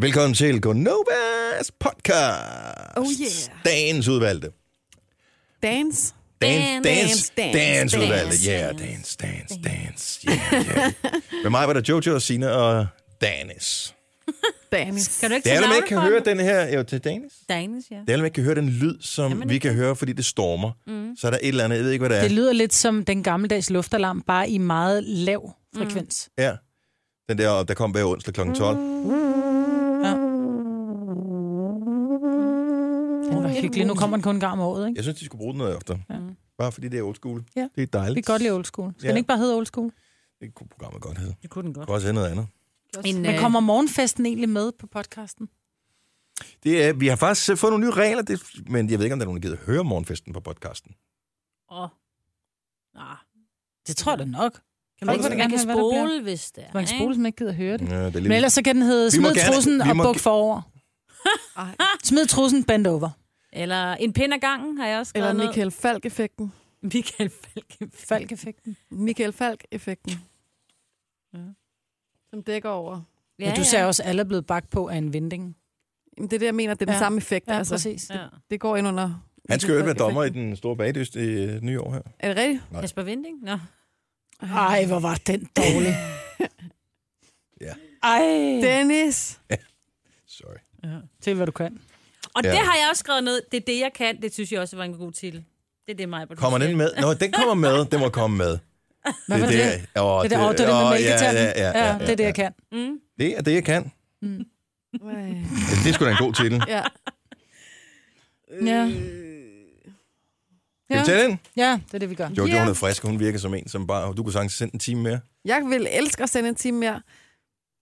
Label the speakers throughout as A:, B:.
A: Velkommen til Gonovas podcast.
B: Oh yeah.
A: Dagens udvalgte.
B: Dance.
A: Dan-
C: Dance,
A: dance,
B: dance,
A: dance,
C: dance,
A: udvalgte. Yeah, dance, dance, dance. Yeah, yeah. Med mig var der Jojo og Sina og Danis.
B: Dance.
C: Kan du ikke
A: Det er,
C: sige
A: man ikke kan
C: navnet
A: høre
C: for den?
A: den her... Jo, til Danis.
C: Danish, ja.
A: Det er, man ikke kan høre den lyd, som vi kan høre, fordi det stormer. Mm. Så er der et eller andet, jeg ved ikke, hvad det er.
D: Mm-hmm. Det lyder lidt som den gammeldags luftalarm, bare i meget lav frekvens.
A: Ja. Den der, der kom hver onsdag kl. 12.
D: Mm. Den var hyggelig. Nu kommer den kun en gang om året, ikke?
A: Jeg synes, de skulle bruge den noget oftere. Ja. Bare fordi det er old school.
D: Ja.
A: Det er dejligt.
D: Vi kan godt lide old school. Skal
A: Ja.
D: den ikke bare hedde old school?
A: Det kunne programmet godt hedde.
C: Det kunne den
A: Det
C: godt.
A: kunne også hedde noget andet.
C: En,
D: Men øh, kommer morgenfesten egentlig med på podcasten?
A: Det er, vi har faktisk øh, fået nogle nye regler, det, men jeg ved ikke, om der er nogen, der gider høre morgenfesten på podcasten.
C: Åh. Nå,
D: Det tror jeg da nok. Kan
A: Folk vil
D: ikke
A: da
C: man kan
D: have, hvad der bliver?
C: spole, hvis det er.
D: Man kan
C: ikke?
D: spole, som ikke gider høre det.
A: Ja, det er lidt...
D: Men ellers så kan den hedde
A: Vi må
D: Smid
A: gerne-
D: trussen
A: vi
D: og
A: må
D: buk
A: ge-
D: forover.
B: Ej.
D: Smid trussen, bend over.
C: Eller en pind ad gangen, har jeg også skrevet
B: Eller
C: noget.
B: Michael Falk-effekten.
C: Michael Falk.
D: Falkeffekten.
B: Michael Falk-effekten.
C: Ja.
B: Som dækker over.
D: Ja, ja. Du ser også, alle er blevet bagt på af en vending.
B: Jamen, det er det, jeg mener, det er den
D: Ja.
B: samme effekt.
D: Ja,
B: altså,
D: præcis.
C: Ja.
B: det går ind under...
A: Han skal jo ikke være dommer i den store bagdyst i øh, nye år her.
B: Er det rigtigt?
A: Nej.
C: Kasper Vinding? Nå.
D: Ej, hvor var den dårlig.
A: Ja.
D: Ej.
B: Dennis!
A: Sorry.
D: Til hvad du kan.
C: Og
A: Ja.
C: det har jeg også skrevet ned. Det er det, jeg kan. Det synes jeg også var en god titel. Det er det, mig.
A: Kommer den med? Nå, den kommer med. Den må komme med.
D: Hvad var det? Det,
A: er- åh,
D: det, det, det, det, det
A: åh,
D: med
A: ja,
D: mælketanden.
A: ja, ja, ja,
D: det er det, jeg
A: ja.
D: kan.
C: Mm.
A: Det er det, jeg kan.
B: Ej.
A: Det er sgu da en god titel.
B: Ja. Øh,
D: Ja.
A: Skal vi tage den?
D: Ja, det er det, vi gør.
A: Jo,
B: Ja.
A: yeah. hun er frisk, og hun virker som en, som bare... Du kunne sagtens sende en time mere.
B: Jeg vil elske at sende en time mere,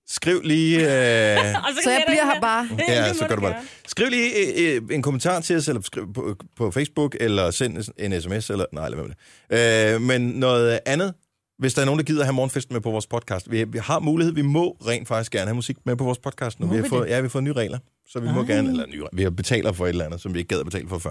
A: Skriv lige... Øh,
C: Og
B: så jeg
C: kan
B: bliver
C: da-
B: her bare.
C: Det
A: Ja,
C: må
A: så gør du bare det. Skriv lige øh, øh, en kommentar til os, eller skriv på, på Facebook, eller send en sms, eller nej, eller hvad med det. Øh, men noget andet, hvis der er nogen, der gider have morgenfesten med på vores podcast. Vi, vi har mulighed, vi må rent faktisk gerne have musik med på vores podcast nu.
D: Må
A: Vi har
D: vi
A: fået,
D: det?
A: ja, vi har fået nye regler, så vi Ej. må gerne, eller nye, regler. vi har betaler for et eller andet, som vi ikke gad at betale for før.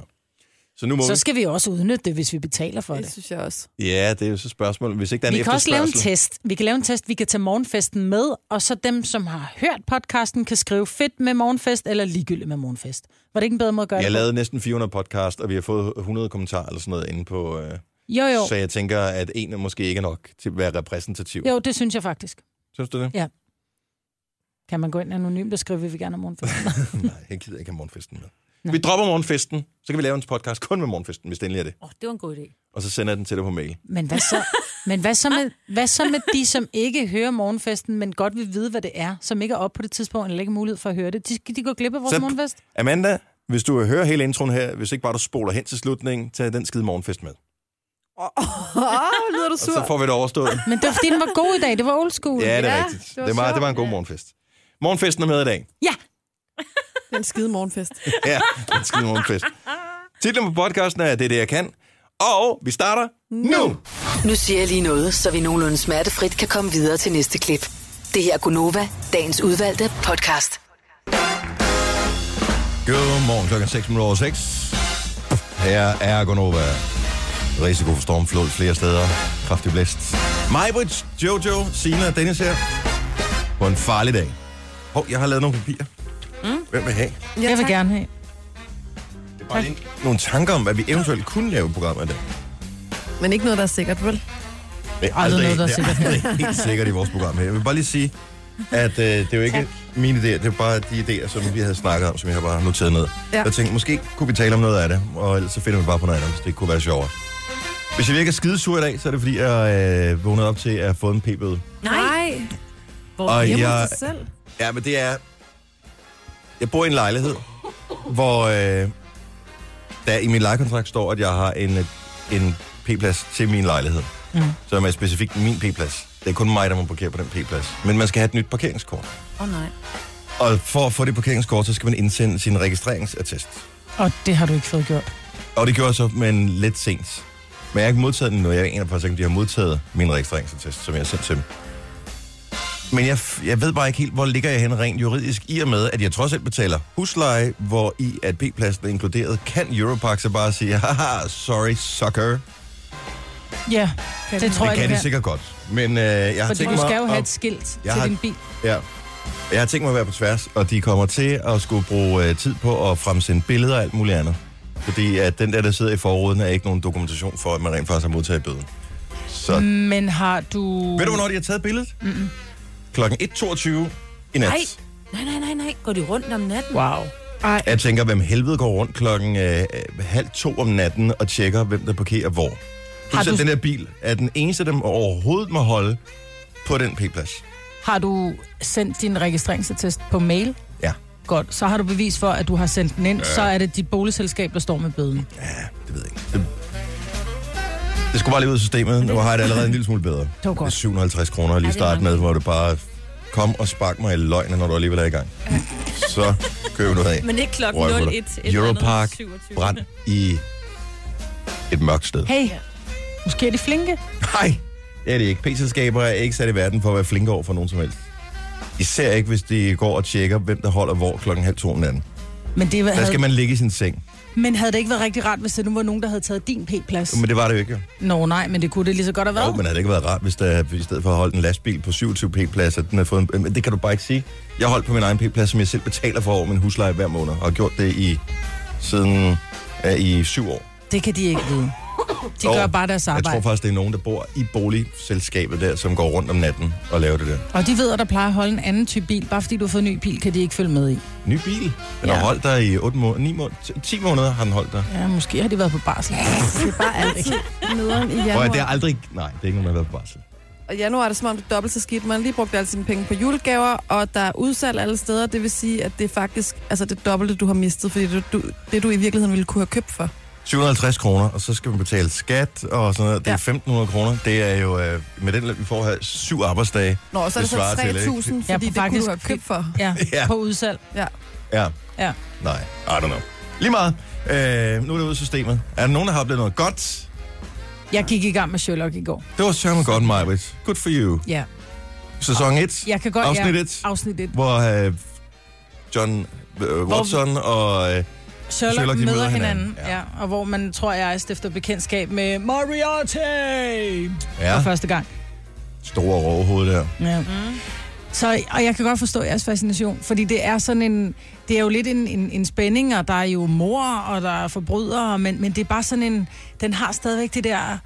A: Så nu må
D: Så skal vi også udnytte det, hvis vi betaler for
B: Det
D: det.
B: synes jeg også.
A: vi. Ja, det er jo så spørgsmålet. Hvis ikke der er en
D: Vi kan også lave en
A: efterspørgsel.
D: test. Vi kan lave en test, vi kan tage morgenfesten med, og så dem, som har hørt podcasten, kan skrive fedt med morgenfest eller ligegyldigt med morgenfest. Var det ikke en bedre måde at gøre
A: Jeg
D: det?
A: lavede næsten 400 podcast, på? og vi har fået 100 kommentarer eller sådan noget inde på... Øh,
D: på? Jo, jo.
A: så jeg tænker, at en er måske ikke nok til at være repræsentativ.
D: Jo, det synes jeg faktisk.
A: Synes du det?
D: Kan man gå ind anonymt og skrive, at vi vil gerne have morgenfest?
A: Nej, jeg gider ikke have morgenfesten med.
D: Nå.
A: Vi dropper morgenfesten, så kan vi lave en podcast kun med morgenfesten, hvis det endelig er det.
C: Åh, oh, det var en god idé.
A: Og så sender jeg den til dig på mail.
D: Men hvad så? Men hvad så, med, hvad så med de, som ikke hører morgenfesten, men godt vil vide, hvad det er, som ikke er oppe på det tidspunkt, eller ikke har mulighed for at høre det? De, de går glip af vores
A: Så-
D: så... morgenfest.
A: Amanda, hvis du hører hele introen her, hvis ikke bare du spoler hen til slutningen, tag den skide morgenfest med.
B: Åh, oh, lyder du
A: Og
B: sur?
A: så får vi det overstået.
D: Men det var, fordi den var god i dag. Det var old school.
A: Ja, det er
B: Ja,
A: rigtigt.
B: det
A: Det
B: var
A: var, det var, det var en
B: sjovt.
A: god
B: Ja.
A: morgenfest. Morgenfesten er med i dag.
D: ja.
B: Det er en skide morgenfest.
A: Ja, den skide morgenfest. Titlen på podcasten er Det er det, jeg kan. Og vi starter nu.
E: Nu siger jeg lige noget, så vi nogenlunde smertefrit kan komme videre til næste klip. Det her er Gunova, dagens udvalgte podcast.
A: Godmorgen klokken 6 minutter over 6. Her er Gonova. Risiko for stormflod flere steder. Kraftig blæst. Majbrit, Jojo, Sina og Dennis her. På en farlig dag. Hov, jeg har lavet nogle papirer. Mm. Hvem vil have?
B: Ja,
D: Jeg vil
B: tak.
D: gerne have.
A: Det er bare lige nogle tanker om, hvad vi eventuelt kunne lave i programmet i dag.
B: Men ikke noget, der er sikkert, vel?
A: Det er
D: Aldrig noget, der er
A: det
D: sikkert.
A: aldrig helt sikkert i vores program her. Jeg vil bare lige sige, at øh, det er jo ikke mine idéer, det er bare de idéer, som vi havde snakket om, som jeg har bare noteret ned. Ja.
B: Ja.
A: Jeg tænkte, måske kunne vi tale om noget af det, og ellers så finder vi bare på noget andet, hvis det kunne være sjovere. Hvis jeg virker skidesur i dag, så er det fordi, jeg øh, vågnede op til at have fået en p-bøde.
B: Nej.
A: Og
B: Hjemme
A: jeg,
B: hos dig selv.
A: ja, men det er... Jeg bor i en lejlighed, hvor øh, der i min lejekontrakt står, at jeg har en, øh, en p-plads til min lejlighed. Mm. Som er specifikt min p-plads. Det er kun mig, der må parkere på den p-plads. Men man skal have et nyt parkeringskort.
C: Åh, oh, nej.
A: Og for at få det parkeringskort, så skal man indsende sin registreringsattest.
D: Og det har du ikke fået gjort.
A: Og det gjorde jeg så, men lidt sent. Men jeg har ikke modtaget den nu. Jeg aner faktisk ikke, om de har modtaget min registreringsattest, som jeg har sendt til dem. Men jeg, f- jeg ved bare ikke helt, hvor ligger jeg hen rent juridisk, i og med, at jeg trods alt betaler husleje, hvor i at P-pladsen er inkluderet, kan Europark så bare sige, haha, sorry, sucker.
D: Ja, det tror
A: Det
D: jeg,
A: kan
D: du
A: de sikkert godt. Men øh, jeg har
D: Fordi
A: tænkt
D: du
A: mig...
D: skal jo have
A: at-
D: et skilt
A: Jeg
D: til
A: har-
D: din bil.
A: Ja. Jeg har tænkt mig at være på tværs, og de kommer til at skulle bruge øh, tid på at fremsende billeder og alt muligt andet. Fordi at den der, der sidder i forruden, er ikke nogen dokumentation for, at man rent faktisk har modtaget bøden. Så mm.
D: Men har du...
A: ved du, hvornår de har taget billedet? Mm-mm. Klokken 1.22 i nat.
C: Nej. Nej, nej, nej, nej. Går de rundt om natten?
D: Wow.
A: Jeg tænker, hvem helvede går rundt klokken øh, øh, halv to om natten og tjekker, hvem der parkerer hvor.
D: Har
A: Plus, du...
D: du-
A: at den her bil er den eneste, dem overhovedet må holde på den p-plads.
D: Har du sendt din registreringsattest på mail?
A: Ja.
D: Godt. Så har du bevis for, at du har sendt den ind. Ja. Så er det dit boligselskab, der står med bøden.
A: Ja, det ved jeg ikke. Det, det skulle bare lige ud af systemet. Nu har jeg det allerede en lille smule bedre. Det
D: var godt.
A: er 750 kroner lige
C: Ja,
A: at
C: det er
A: starte med, hvor du bare kom og spark mig i løgnet, når du alligevel er i gang. Så køber du af.
C: Men ikke klokken
A: Røv på
C: 01.
A: dig.
C: et eller andet
A: Europark
C: 27.
A: brand i et mørkt sted.
D: Hey, måske er de flinke.
A: Nej, det er det ikke. P-selskaber er ikke sat i verden for at være flinke over for nogen som helst. Især ikke, hvis de går og tjekker, hvem der holder hvor klokken halv to om natten.
D: Men, det
A: Der
D: havde,
A: skal
D: man...
A: man ligge i sin seng.
D: men havde det ikke været rigtig rart, hvis det nu var nogen, der havde taget din p-plads?
A: Men det var det jo ikke, jo.
D: Nå nej, men det kunne det lige så godt have været.
A: Jo, men havde det ikke været rart, hvis der i stedet for at holde en lastbil på 27 p-pladser, den havde fået en, men det kan du bare ikke sige. Jeg holdt på min egen p-plads, som jeg selv betaler for over min husleje hver måned, og har gjort det i siden ja, i syv år.
D: Det kan de ikke vide. De
A: Jo,
D: gør bare deres
A: Jeg
D: arbejde.
A: tror faktisk, det er nogen, der bor i boligselskabet der, som går rundt om natten og laver det der.
D: Og de ved, at der plejer at holde en anden type bil. Bare fordi du har fået en ny bil, kan de ikke følge med i.
A: Ny bil. Den
D: Ja.
A: har holdt dig i 8 måneder, 9 måneder, 10 måneder har den holdt dig.
D: Ja, måske har de været på barsel.
B: Det er bare altid nederen i
A: Prøv
B: januar.
A: at, det er aldrig... Nej, det er ikke nogen, der har været på barsel.
B: Og januar er det som om, det er dobbelt så skidt. Man har lige brugt alle sine penge på julegaver, og der er udsalg alle steder. Det vil sige, at det er faktisk altså det dobbelte, du har mistet, fordi det, du, det du i virkeligheden ville kunne have købt for.
A: 750 kroner, og så skal man betale skat og sådan noget. Det er
B: Ja.
A: 1500 kroner. Det er jo, øh, med den løn, vi får her, syv arbejdsdage.
B: Nå, og så er det,
A: Det svarer
B: så
A: til, ikke?
B: 3.000, fordi
D: Ja,
B: ja, det kunne
D: faktisk
B: du have købt for.
D: Ja,
A: Ja.
D: ja. på udsalg.
B: Ja.
A: Ja.
D: Ja.
A: Nej, I don't know. Lige meget. Øh, nu er det ude af systemet. Er der nogen, der har oplevet noget godt?
D: Jeg gik i gang med Sherlock i går.
A: Det var sørme godt, Majbrit. Good for you.
D: Ja.
A: Sæson 1,
D: Jeg kan godt...
A: afsnit
D: ja,
A: 1,
D: Afsnit 1.
A: hvor øh, John øh, Watson og... Øh,
D: Sherlock,
A: Sherlock,
D: Sherlock
A: de
D: møder,
A: møder
D: hinanden.
A: hinanden,
D: hinanden.
A: ja.
D: Ja. ja. og hvor man, tror jeg, stifter bekendtskab med Moriarty.
A: ja,
D: For første gang.
A: store overhoved der.
D: Ja. Mm. Så, og jeg kan godt forstå jeres fascination, fordi det er sådan en, det er jo lidt en, en, en spænding, og der er jo mor, og der er forbrydere, men, men det er bare sådan en, den har stadigvæk det der,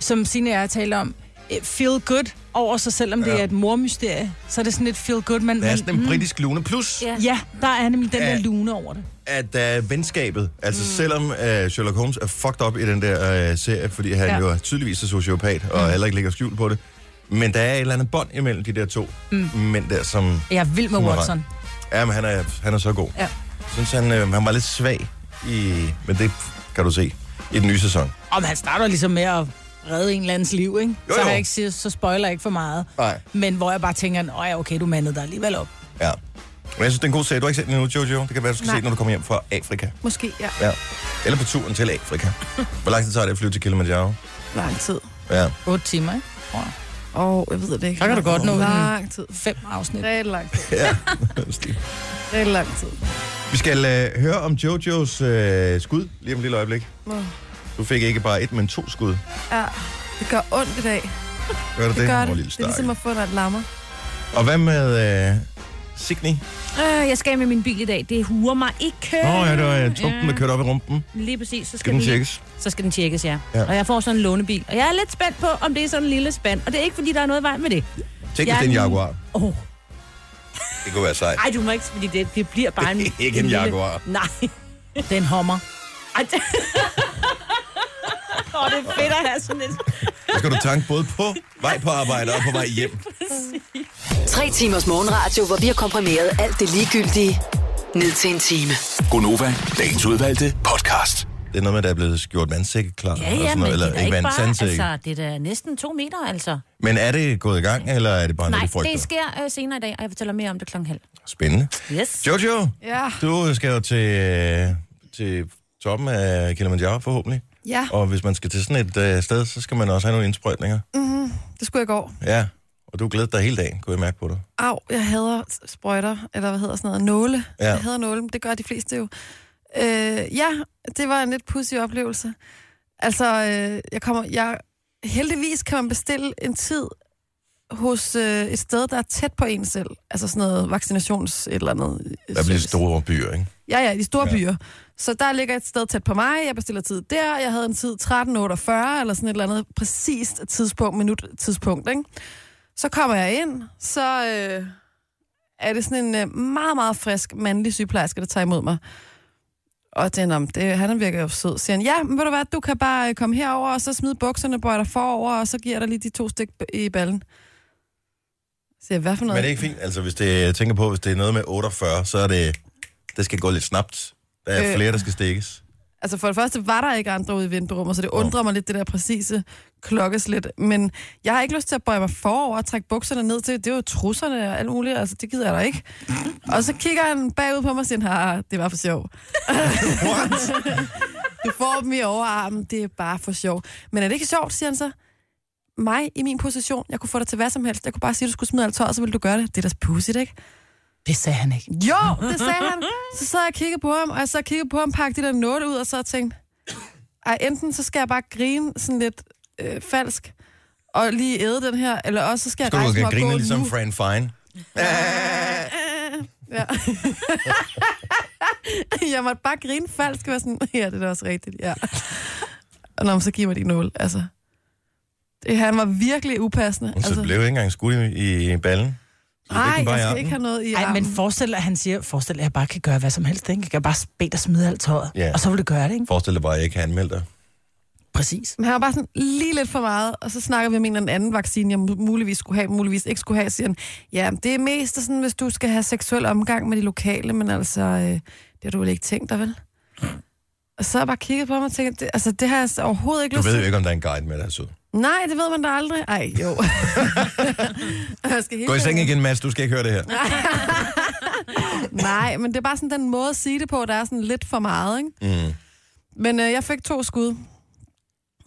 D: som Signe og jeg talte om, eh, feel good over sig, selvom ja.
A: Ja.
D: det er et mormysterie, så er det sådan et feel good, men,
A: Der er
D: men
A: sådan en britisk lune. Plus,
C: Ja.
D: ja, der er nemlig den
A: Ja.
D: der lune over det.
A: at der er venskabet. Altså mm. selvom uh, Sherlock Holmes er fucked up i den der uh, serie, fordi han ja.
D: Ja.
A: jo er tydeligvis er sociopat, og mm. heller ikke lægger skjul på det. Men der er et eller andet bånd imellem de der to mm. mænd der, som...
D: Jeg er vild med
A: Som er
D: Watson.
A: Ja, men han er, han er så god.
D: Ja.
A: Synes han, øh, han var lidt svag i... Men det kan du se i den nye sæson.
D: Om han starter ligesom med at redde en eller andens liv, ikke?
A: Jo,
D: Jo, så, har
A: jo.
D: jeg ikke, siger- så spoiler jeg ikke for meget.
A: Nej.
D: Men hvor jeg bare tænker, "Nå ja, okay, du mandede dig alligevel op.
A: Ja. Men jeg synes, det er en god serie. Du har ikke set den endnu, Jojo. Det kan være, du skal Nej.
B: Nej.
A: se den, når du kommer hjem fra Afrika.
B: Måske, ja.
A: Ja. Eller på turen til Afrika. Hvor lang tid tager det at flyve til Kilimanjaro?
B: Lang tid.
A: Ja.
D: 8 timer, ikke? Tror jeg.
B: Åh, oh, jeg ved det ikke.
D: Så kan du godt nå den.
B: Lang tid.
D: Fem afsnit.
B: Rigtig lang tid.
A: ja.
B: Rigtig lang tid.
A: Vi skal øh, høre om Jojos øh, skud lige om et lille øjeblik.
B: Nå.
A: Du fik ikke bare et, men to skud.
B: Ja, det gør ondt i dag.
A: Gør det
B: Det gør
A: Åh,
B: det.
A: lille
B: Det er ligesom
A: stakke.
B: at få dig et lammer.
A: Og hvad med øh, Signy?
C: Øh, jeg skal af med min bil i dag. Det huer mig ikke.
A: Nå ja, det var øh, tumpen, der kørte op i rumpen.
C: Lige præcis. Så
A: Skal den
C: lige-
A: tjekkes?
C: Så skal den tjekkes, ja.
A: Ja.
C: ja. Og jeg får sådan en lånebil. Og jeg er lidt spændt på, om det er sådan en lille spand. Og det er ikke, fordi der er noget i vejen med det.
A: Tænk, hvis
C: Jeg-
A: det er en Jaguar.
C: Åh,
A: Det kunne være sejt.
C: ej, du må ikke, fordi det, det bliver bare en...
A: Det er ikke en
C: lille-
A: Jaguar.
C: Nej.
D: Det er en hommer.
C: Ej, det... Åh, det er fedt at have sådan en...
A: Så skal du tanke både på vej på arbejde og på vej hjem.
E: Tre timers morgenradio, hvor vi har komprimeret alt det ligegyldige ned til en time.
F: Gonova, dagens udvalgte podcast.
A: Det er noget med, at der er blevet gjort vandsække klar.
C: Ja,
A: og sådan
C: ja, men
A: noget,
C: det
A: eller
C: er da
A: ikke
C: ikke
A: vand,
C: bare...
A: sandsække.
C: Altså, det er da næsten to meter, altså.
A: Men er det gået i gang, eller er det bare
C: Nej,
A: noget, du frygter?
C: det sker øh, senere i dag, og jeg fortæller mere om det klokken halv.
A: Spændende.
C: Yes.
A: Jojo,
B: Ja.
A: du skal jo til, øh, til toppen af Kilimanjaro forhåbentlig.
B: Ja,
A: Og hvis man skal til sådan et øh, sted, så skal man også have nogle indsprøjtninger.
B: Mhm. det skulle jeg i går.
A: Ja, og du glæder dig hele dagen, kunne jeg mærke på dig.
B: Au, jeg hader s- sprøjter, eller hvad hedder sådan noget, nåle.
A: Ja.
B: Ja. Jeg hader nåle, men det gør de fleste jo. Øh, ja, det var en lidt pussy oplevelse. Altså, øh, jeg kommer, jeg, heldigvis kan man bestille en tid hos øh, et sted, der er tæt på en selv. Altså sådan noget vaccinations et eller andet. øh,
A: Der bliver
B: service.
A: store byer, ikke?
B: Ja, ja, i de store
A: Ja.
B: ja. byer. Så der ligger et sted tæt på mig, jeg bestiller tid der, jeg havde en tid 13.48, eller sådan et eller andet præcist tidspunkt, minut tidspunkt, ikke? Så kommer jeg ind, så øh, er det sådan en øh, meget, meget frisk mandlig sygeplejerske, der tager imod mig. Og den om, det, han virker jo sød, siger han, ja, men ved du hvad, du kan bare øh, komme herover, og så smide bukserne, bøjer dig forover, og så giver jeg dig lige de to stik b- i ballen. Så siger jeg, hvad for
A: Men
B: noget?
A: det er ikke fint. Altså, hvis det, jeg tænker på, hvis det er noget med 48, så er det... Det skal gå lidt snabt. Der er
B: Øh.
A: flere, der skal stikkes.
B: Altså for det første var der ikke andre ude i venterummet, så det undrer mig lidt, det der præcise klokkeslæt. Men jeg har ikke lyst til at bøje mig forover og trække bukserne ned til. Det er jo trusserne og alt muligt, altså det gider jeg da ikke. Og så kigger han bagud på mig og siger, "Ha, det var for sjov.
A: What?
B: Du får dem i overarmen, det er bare for sjov. Men er det ikke sjovt, siger han så? Mig i min position, jeg kunne få dig til hvad som helst. Jeg kunne bare sige, at du skulle smide alt tøj, og så ville du gøre det. Det er da pudsigt, ikke?
D: Det sagde han ikke.
B: Jo, det sagde han. Så sad jeg og kiggede på ham, og jeg sad og kiggede på ham, pakkede de der note ud, og så tænkte, ej, enten så skal jeg bare grine sådan lidt øh, falsk, og lige æde den her, eller også så skal jeg
A: Skal du
B: rejse
A: skal
B: mig og gå
A: grine ligesom
B: nu.
A: Fran Fine?
B: Ja. jeg måtte bare grine falsk, og være sådan, ja, det er da også rigtigt, ja. Og når så giver mig de nål, altså. Det, han var virkelig upassende.
A: Hun altså...
B: altså,
A: blev ikke engang skudt i, i ballen. Så fik
B: nej,
A: den bare i
B: jeg skal
A: armen.
B: ikke have noget i
D: Ej,
B: armen.
D: men forestil dig, at han siger, forestil dig, at jeg bare kan gøre hvad som helst, ikke? Jeg kan bare bede dig smide alt tøjet,
A: Ja.
D: yeah. og så vil du gøre det, ikke?
A: Forestil dig bare, at jeg ikke har anmeldt dig.
D: Præcis.
B: Men han var bare sådan lige lidt for meget, og så snakker vi om en eller anden vaccine, jeg muligvis skulle have, muligvis ikke skulle have, siger han. Ja, det er mest sådan, hvis du skal have seksuel omgang med de lokale, men altså, øh, det har du vel ikke tænkt dig, vel? Og så har jeg bare kigget på mig og tænkt, det, altså, det har jeg altså overhovedet ikke
A: Du
B: lyst
A: ved
B: til.
A: jo ikke, om der er en guide med dig, sød.
B: Nej, det ved man da aldrig. Ej, jo. jeg skal hele
A: Gå i
B: tiden-
A: seng igen, Mads. Du skal ikke høre det her.
B: Nej, men det er bare sådan den måde at sige det på, der er sådan lidt for meget, ikke? Mm. Men øh, jeg fik to skud.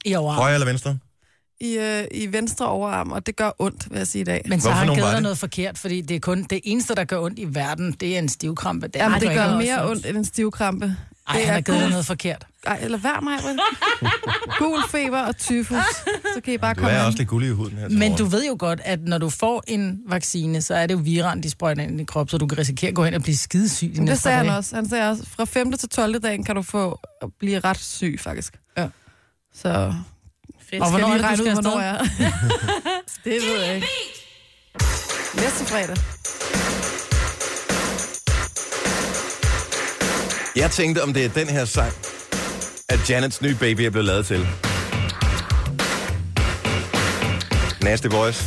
D: I overarm.
A: Højre eller venstre?
B: I, øh, i venstre overarm, og det gør ondt, vil jeg sige i dag.
D: Men så
A: Hvorfor
D: har han
A: nogen var
D: givet dig
A: det?
D: noget forkert, fordi det er kun det eneste, der gør ondt i verden, det er en stivkrampe. Det, er
B: Jamen,
D: der
B: det
D: ikke
B: gør
D: noget
B: mere
D: sådan.
B: ondt end en stivkrampe.
D: Ej, han har givet dig noget forkert.
B: Ej, eller vær mig, vel? Gul feber og tyfus. Så kan I bare
A: Du
B: komme
A: er
B: an.
A: også lidt gullig i huden her. til
D: Men du
A: morgen.
D: ved jo godt, at når du får en vaccine, så er det jo viren, de sprøjter ind i kroppen, så du kan risikere at gå hen og blive skidesyg de
B: Det
D: næste
B: sagde
D: par
B: han
D: dage.
B: også. Han sagde også, fra 5. til 12. dagen kan du få at blive ret syg, faktisk.
D: Ja.
B: Så og
D: Og
B: skal
D: hvornår
B: jeg
D: er
B: lige regne
D: det, du skal
B: ud, hvornår
D: afsted?
B: jeg er. det ved jeg ikke. Næste fredag.
A: Jeg tænkte, om det er den her sang, at Janets nye baby er blevet lavet til. Nasty Boys.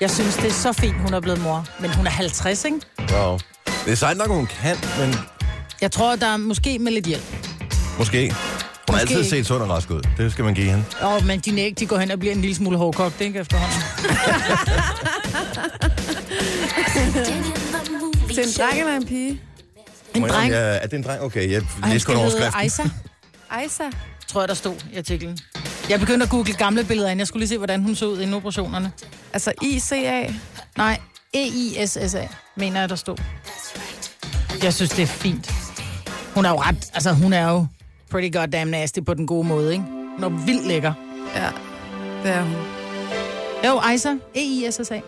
D: Jeg synes, det er så fint, hun er blevet mor. Men hun er 50, ikke?
A: Wow. Det er sejt nok, hun kan, men
D: Jeg tror, der er måske med lidt hjælp.
A: måske. Hun har
D: Måske
A: altid set
D: ikke.
A: sund og rask ud. Det skal man give hende.
D: Åh, men din æg, de går hen og bliver en lille smule hårdkogt, ikke efterhånden?
B: Til en dreng eller en pige?
D: En
A: Må jeg
D: dreng,
A: indrømme, Jeg, er det en dreng? Okay, jeg
D: og han
A: læste
D: skal
A: kun
D: hedde
A: overskriften.
D: Aisa,
B: Ejsa.
D: tror jeg, der stod i artiklen. Jeg begyndte at google gamle billeder ind. Jeg skulle lige se, hvordan hun så ud inden operationerne.
B: Altså ICA.
D: Nej, E E-I-S-S-A, mener jeg, der stod. Jeg synes, det er fint. Hun er jo ret, altså hun er jo pretty goddamn nasty på den gode måde, ikke? Hun er vildt lækker.
B: Ja, det er hun.
D: Jo, Aisa, E E-I-S-S-A.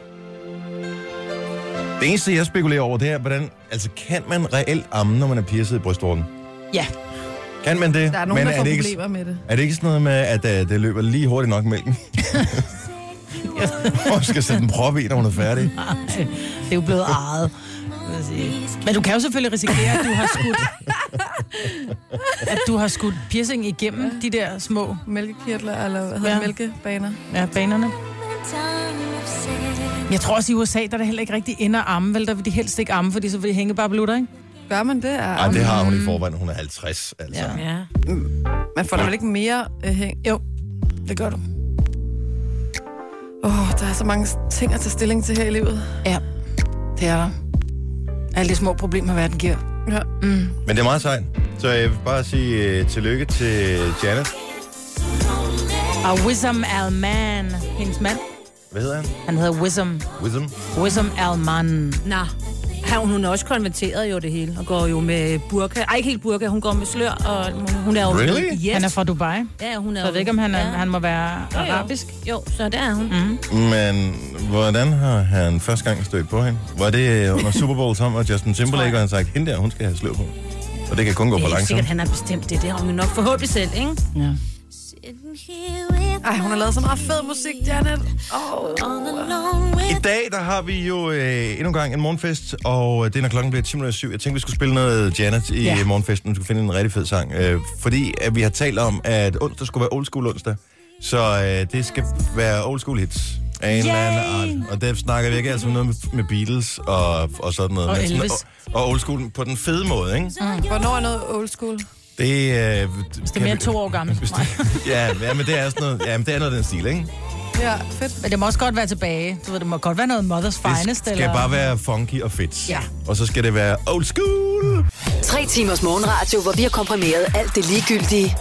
A: Det eneste, jeg spekulerer over, det er, hvordan... Altså, kan man reelt amme, når man er pierced i brystvorten?
D: Ja,
A: Kan man det?
B: Der er nogen,
A: men
B: der får
A: det ikke,
B: problemer med det.
A: Er det ikke sådan noget med, at uh, det løber lige hurtigt nok mælken? Og skal sætte en prop i, når hun er færdig.
D: det er jo blevet ejet. vil jeg sige. Men du kan jo selvfølgelig risikere, at du har skudt... at du har skudt piercing igennem de der små
B: Mælkekirtler, eller hvad hedder
D: Ja.
B: ja. mælkebaner.
D: ja, banerne. Jeg tror også, i USA, der er det heller ikke rigtig inde at amme, vel? Der vil de helst ikke amme, fordi så vil de hænge bare blutter, ikke?
B: Gør man det?
A: Ej, det har hun i forvejen. Hun er 50, altså. Ja.
D: Ja. Mm,
C: Ja.
B: Mm, Man får da vel ikke mere øh, hæng?
D: Jo, det gør du.
B: Åh, oh, der er så mange ting at tage stilling til her i livet.
D: Ja, det er der. Alle de små problemer, verden giver.
B: Ja.
A: Men det er meget sejt. Så jeg vil bare sige uh, tillykke til Janet.
D: Og Wisdom Alman, hendes mand,
A: Hvad hedder han?
D: han hedder Wisdom.
A: Wisdom.
D: Wisdom Alman.
C: Nå. Havn, hun er også konverteret jo det hele, og går jo med burka. Ej, ikke helt burka, hun går med slør, og hun er jo...
A: Really?
C: Yes.
D: Han er fra Dubai. Så
C: Ja, hun er
D: jeg ved ikke, om han, er,
C: ja.
D: han må være
C: Jo, jo.
D: arabisk. Mhm.
C: Jo, så der er hun. Mm.
A: Men hvordan har han første gang stødt på hende? Var det øh, under Super Bowl sammen og Justin Timberlake,
C: Tror jeg.
A: og han sagde, hende der, hun skal have slør på. Og det kan kun gå
C: Det
A: for
C: er ikke
A: langsomt.
C: sikkert, han har bestemt det. Det har hun jo nok forhåbentlig selv, ikke?
D: Ja.
B: Ej, hun har lavet så meget fed musik, Janet. Åh, oh.
A: I dag, der har vi jo øh, endnu en gang en morgenfest, og øh, det er, når klokken bliver 10.07. Jeg tænkte, vi skulle spille noget Janet i ja.
D: Ja.
A: morgenfesten. Vi skulle finde en rigtig fed sang. Øh, fordi at vi har talt om, at onsdag skulle være old school onsdag. Så øh, det skal være old school hits. Af en eller anden art. Og der snakker vi ikke altså om noget med, med Beatles og, og sådan noget.
D: Og
A: men sådan-
D: Elvis.
A: og, og old school på den fede måde, ikke?
B: Mm. Hvornår er noget old school?
A: Det, øh,
D: Det er mere end to år gammel. Nej.
A: Ja, ja, men det er sådan noget, ja, men det er noget af den stil, ikke?
B: Ja, fedt.
D: Men det må også godt være tilbage. Du ved, det må godt være noget Mother's
A: Det
D: Finest.
A: skal
D: eller...
A: bare være funky og fedt.
D: Ja.
A: Og så skal det være old school.
E: Tre timers morgenradio, hvor vi har komprimeret alt det ligegyldige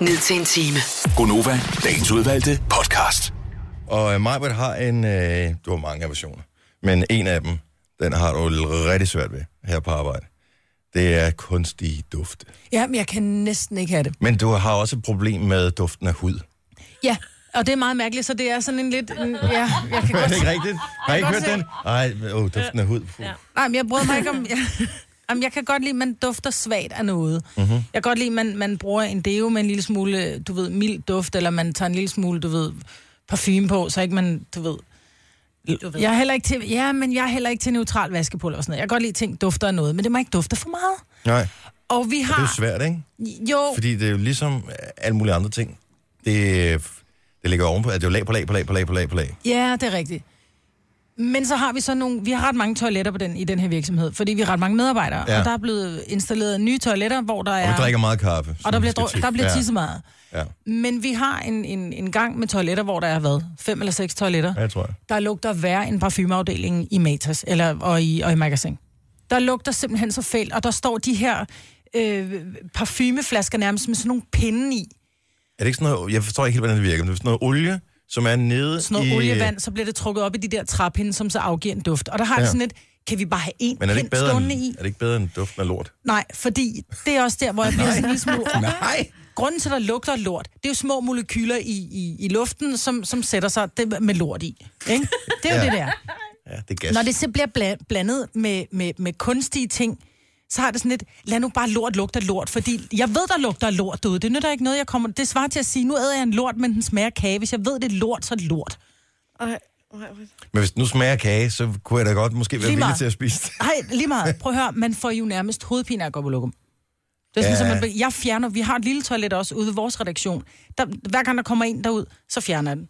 E: ned til en time.
F: Gonova, dagens udvalgte podcast.
A: Og øh, Majbert har en, øh, du har mange versioner, men en af dem, den har du rigtig svært ved her på arbejde. Det er kunstige dufte.
D: Jamen, jeg kan næsten ikke have det.
A: Men du har også et problem med duften af hud.
D: Ja, og det er meget mærkeligt, så det er sådan en lidt... en- Ja, jeg kan
A: Er
D: godt...
A: det ikke rigtigt? Har I ikke hørt
D: godt se.
A: den? Nej, åh, duften af hud. Puh.
D: Nej, men jeg bryder mig ikke om... Jeg... Jamen, jeg kan godt lide, at man dufter svagt af noget.
A: Mhm.
D: Mm-hmm. Jeg kan godt lide, at man, man bruger en deo med en lille smule, du ved, mild duft, eller man tager en lille smule, du ved, parfume på, så ikke man, du ved... Du ved. Jeg er heller ikke til, ja, men jeg er heller ikke til neutral vaskepulver og sådan noget. Jeg kan godt lide, at ting dufter af noget, men det må ikke dufte for meget.
A: Nej,
D: Og vi
A: det er
D: har...
A: jo svært, ikke?
D: jo,
A: Fordi det er jo ligesom alle mulige andre ting. Det, det ligger ovenpå, at det er jo lag på lag på lag på lag på lag på lag.
D: Ja, det er rigtigt. Men så har vi så nogle, vi har ret mange toiletter på den, i den her virksomhed, fordi vi har ret mange medarbejdere,
A: Ja.
D: ja. og der er blevet installeret nye toiletter, hvor der
A: Og vi
D: er...
A: drikker meget kaffe.
D: og
A: som
D: der
A: vi
D: bliver,
A: skal
D: dro-
A: tjekke.
D: der bliver
A: Ja,
D: tisset meget.
A: Ja,
D: Men vi har en, en, en gang med toiletter, hvor der er hvad? Fem eller seks toiletter.
A: ja, jeg tror jeg.
D: Der lugter værre end parfumeafdelingen i Matas eller, og, i, og i Magasin. Der lugter simpelthen så fælt, og der står de her øh, parfumeflasker nærmest med sådan nogle pinde i.
A: Er det ikke sådan noget, jeg forstår ikke helt, hvordan det virker, men det er sådan noget olie, som er nede
D: sådan noget
A: i...
D: I... olievand, så bliver det trukket op i de der træpinde, som så afgiver en duft. Og der har jeg
A: Ja.
D: ja. sådan lidt, kan vi bare have en
A: Men er det,
D: pind
A: ikke bedre end,
D: stående i?
A: er det ikke bedre end duften af lort?
D: Nej, fordi det er også der, hvor jeg bliver sådan en lille smule... Nej! Grunden til, at der lugter lort, det er jo små molekyler i, i, i luften, som, som sætter sig det med lort i. Ikke? Det
A: Ja.
D: er jo ja. det der.
A: Ja, det er gas.
D: Når det så bliver bla- blandet med, med, med kunstige ting, så har det sådan lidt, lad nu bare lort lugte af lort, fordi jeg ved, der lugter af lort derude. Det nytter ikke noget, jeg kommer... Det svarer til at sige, nu æder jeg en lort, men den smager kage. Hvis jeg ved, det er lort, så er det lort.
B: Ej, ej, hvor-
A: Men hvis den nu smager af kage, så kunne jeg da godt måske være
D: Lige
A: villig
D: meget.
A: til at spise det.
D: Nej, lige meget. Prøv at høre, man får jo nærmest hovedpine af at gå på lokum. Det er sådan,
A: Ja.
D: ja. så man, bliver- jeg fjerner, vi har et lille toilet også ude i vores redaktion. Der, hver gang der kommer en derud, så fjerner jeg den.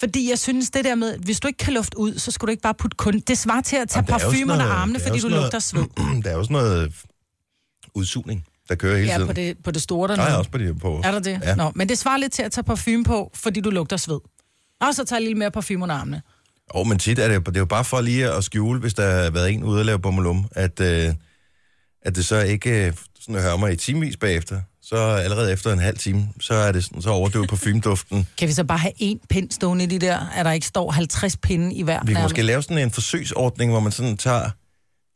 D: Fordi jeg synes, det der med, hvis du ikke kan lufte ud, så skal du ikke bare putte kun... Det svarer til at tage
A: Jamen, der er jo sådan
D: parfumerne af
A: noget-
D: armene,
A: der er
D: fordi
A: jo
D: du
A: sådan
D: lugter sved.
A: noget- Mm. Der er jo sådan noget udsugning, der kører hele
D: Ja,
A: tiden.
D: på det, på det store
A: Nej,
D: dernede.
A: også på det på.
D: Er der det?
A: Ja.
D: Nå, men det svarer lidt til at tage parfume på, fordi du lugter sved. Og så tager jeg lidt mere parfume under armene.
A: Jo, men tit er det, det er jo bare for lige at skjule, hvis der har været en ude at lave bummelum, at, øh, at det så ikke øh, sådan hører mig i timevis bagefter. Så allerede efter en halv time, så er det sådan, så overdøvet parfumeduften.
D: Kan vi så bare have én pind stående i de der, at der ikke står 50 pinde i hver?
A: Vi kan
D: nærmest?
A: måske lave sådan en forsøgsordning, hvor man sådan tager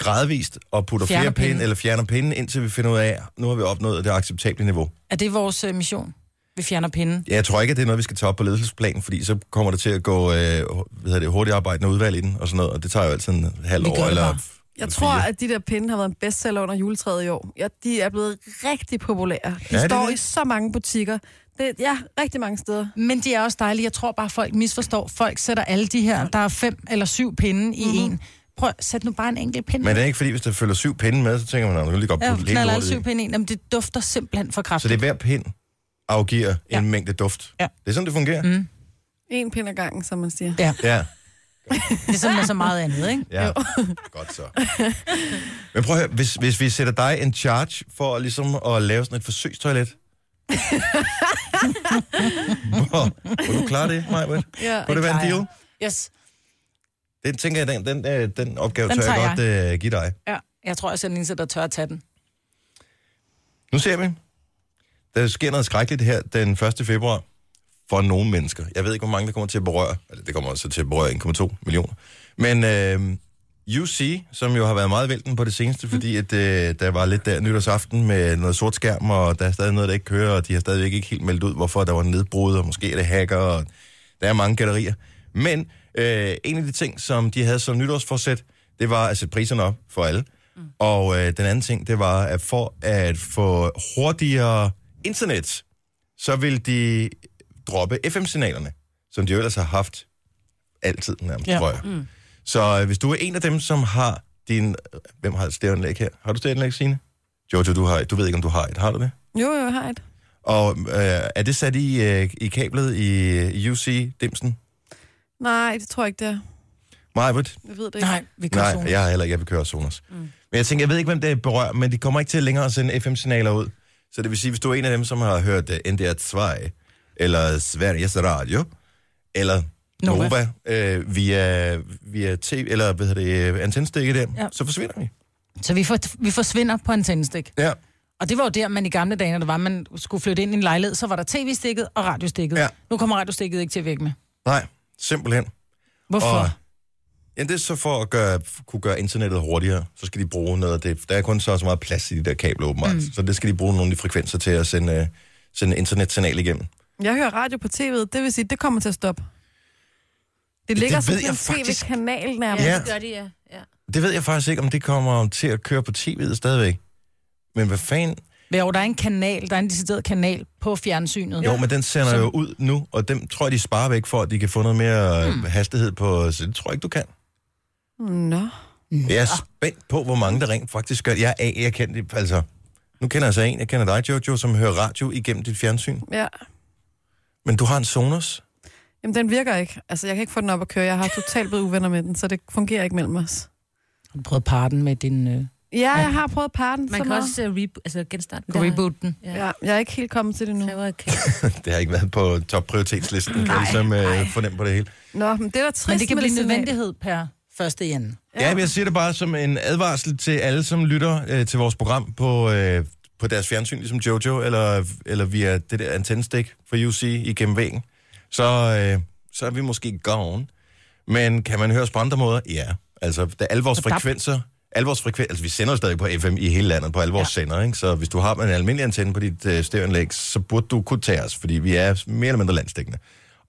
A: gradvist og putter fjerner
D: Fjerner
A: flere pinde,
D: pinde.
A: eller fjerner pinde, indtil vi finder ud af, nu har vi opnået det acceptable niveau.
D: Er det vores øh, mission? Vi fjerner pinden.
A: Ja, jeg tror ikke, at det er noget, vi skal tage op på ledelsesplanen, fordi så kommer det til at gå øh, hvad hedder det, hurtigt arbejdende udvalg i den, og sådan noget, og det tager jo altid en halv
D: Vi
A: år,
D: gør det
A: eller...
D: bare.
B: Jeg tror, at de der pinde har været en bestseller under juletræet i år. Ja, de er blevet rigtig populære. De
A: Er de
B: står
A: det?
B: i så mange butikker. Det, ja, rigtig mange steder.
D: Men de er også dejlige. Jeg tror bare, folk misforstår. Folk sætter alle de her, der er fem eller syv pinde
B: Mhm.
D: i en. Prøv, sæt nu bare en enkelt pinde.
A: Men det er ikke fordi, hvis der følger syv pinde med, så tænker man, at nu kan jeg lige godt
D: ja,
A: putte
D: knald
A: ja,
D: alle
A: lidt
D: syv
A: i.
D: pinde i en. Jamen, det dufter simpelthen for
A: Så
D: kraftigt.
A: det er hver pind afgiver ja.
D: Ja.
A: en mængde duft.
D: Ja.
A: Det er sådan, det fungerer. Mm.
B: En pind ad gangen, som man siger.
D: Ja,
A: Ja,
D: det er sådan med så meget andet, ikke?
A: ja. Godt så. Men prøv at høre, hvis, hvis vi sætter dig en charge for ligesom at lave sådan et forsøgstoilet, hvor, hvor du klarer det, Maja?
B: Ja.
A: Kunne det være en
D: klarer
A: deal?
D: Yes.
A: Den tænker jeg, den, den, øh, den opgave den
D: Den
A: tør jeg,
D: tager
A: godt øh, give dig.
D: Ja. Jeg tror, jeg sender en, der tør at tage den.
A: Nu ser vi. Der sker noget skrækkeligt her den 1. februar for nogle mennesker. Jeg ved ikke, hvor mange der kommer til at berøre. Altså, det kommer også til at berøre 1,2 millioner. Men øh, UC, som jo har været meget vælten på det seneste, fordi at, øh, der var lidt der nytårsaften med noget sort skærm, og der er stadig noget, der ikke kører, og de har stadigvæk ikke helt meldt ud, hvorfor der var nedbrud, og måske er det hacker, og der er mange gallerier. Men øh, en af de ting, som de havde som nytårsforsæt, det var at sætte priserne op for alle. Mm. Og øh, den anden ting, det var, at for at få hurtigere internet, så vil de droppe FM-signalerne, som de jo ellers har haft altid nærmest, ja.
D: Ja.
A: tror jeg. Mm. Så øh, hvis du er en af dem, som har din... øh, Hvem har et stævanlæg her? Har du stævanlæg, Signe? Jojo, du har et. Du ved ikke, om du har et. Har du det?
B: Jo, jo, jeg har et.
A: Og øh, er det sat i, øh, i kablet i, i UC-dimsen?
B: Nej, det tror jeg ikke, det er.
A: Majbert?
B: Jeg ved det ikke.
D: Nej, vi kører
A: Nej,
D: zonen.
A: jeg har heller ikke. Jeg vil køre Sonos. Mm. Men jeg tænker, jeg ved ikke, hvem det berører, men de kommer ikke til længere at sende FM-signaler ud. Så det vil sige, hvis du er en af dem, som har hørt uh, NDR 2, eller Sveriges Radio, eller
D: Nova.
A: Nova, øh, via, via TV, eller hvad hedder det, antenstikket der, ja.
D: Ja.
A: så forsvinder vi.
D: Så vi, for, vi forsvinder på antennestik.
A: Ja.
D: Og det var jo der, man i gamle dage, når det var, man skulle flytte ind i en lejlighed, så var der tv-stikket og radiostikket.
A: Ja.
D: Nu kommer radiostikket ikke til at vække med.
A: Nej, simpelthen.
D: Hvorfor?
A: Og, ja, det er så for at gøre, kunne gøre internettet hurtigere, så skal de bruge noget af det. Der er kun så, og så meget plads i de der kabler åbenbart, mm. så det skal de bruge nogle af de frekvenser til at sende, øh, sende internetsignal igennem.
B: Jeg hører radio på tv'et, det vil sige, det kommer til at stoppe. Det ligger
A: ved
B: som
A: jeg
B: en
A: faktisk.
B: tv-kanal nærmest.
A: Ja.
C: det gør de, ja. ja.
A: Det ved jeg faktisk ikke, om det kommer til at køre på tv'et stadigvæk. Men hvad fanden?
D: Jo, der er en kanal, der er en decideret kanal på fjernsynet.
A: Jo, men den sender jo ud nu, og dem tror jeg, de sparer væk for, at de kan få noget mere hmm. hastighed på... Så det tror jeg ikke, du kan.
B: Nå.
A: Mm. Jeg er spændt på, hvor mange der rent faktisk gør. Jeg, jeg, jeg kender det, altså... Nu kender jeg så en, jeg kender dig, Jojo, som hører radio igennem dit fjernsyn.
B: Ja.
A: Men du har en Sonos.
B: Jamen, den virker ikke. Altså, jeg kan ikke få den op at køre. Jeg har totalt blevet uvenner med den, så det fungerer ikke mellem os.
D: Har du prøvet parten med din øh,
B: Ja, jeg har prøvet parten.
C: Man
B: så
C: kan
B: meget.
C: også uh, rebo- altså, genstarte den.
D: reboot? Den?
B: Ja, jeg er ikke helt kommet til det nu.
C: Det var okay.
A: Det har ikke været på topprioritetslisten, kan jeg ligesom øh, fornemme på det hele.
B: Nå, men det er da trist
D: Men det kan
B: med
D: blive en
B: signal.
D: nødvendighed per første januar.
A: Ja, men jeg siger det bare som en advarsel til alle, som lytter øh, til vores program på, øh, på deres fjernsyn, ligesom Jojo, eller, eller via det der antennestik fra UC igennem væggen. Så, øh, så er vi måske gone. Men kan man høre os på andre måder? Ja. Altså, der er alle vores
D: Og DAB.
A: frekvenser. Alle vores frekven- altså, vi sender jo stadig på FM i hele landet, på alle vores ja. sender, ikke? Så hvis du har en almindelig antenne på dit øh, stereoanlæg, så burde du kunne tage os, fordi vi er mere eller mindre landstækkende.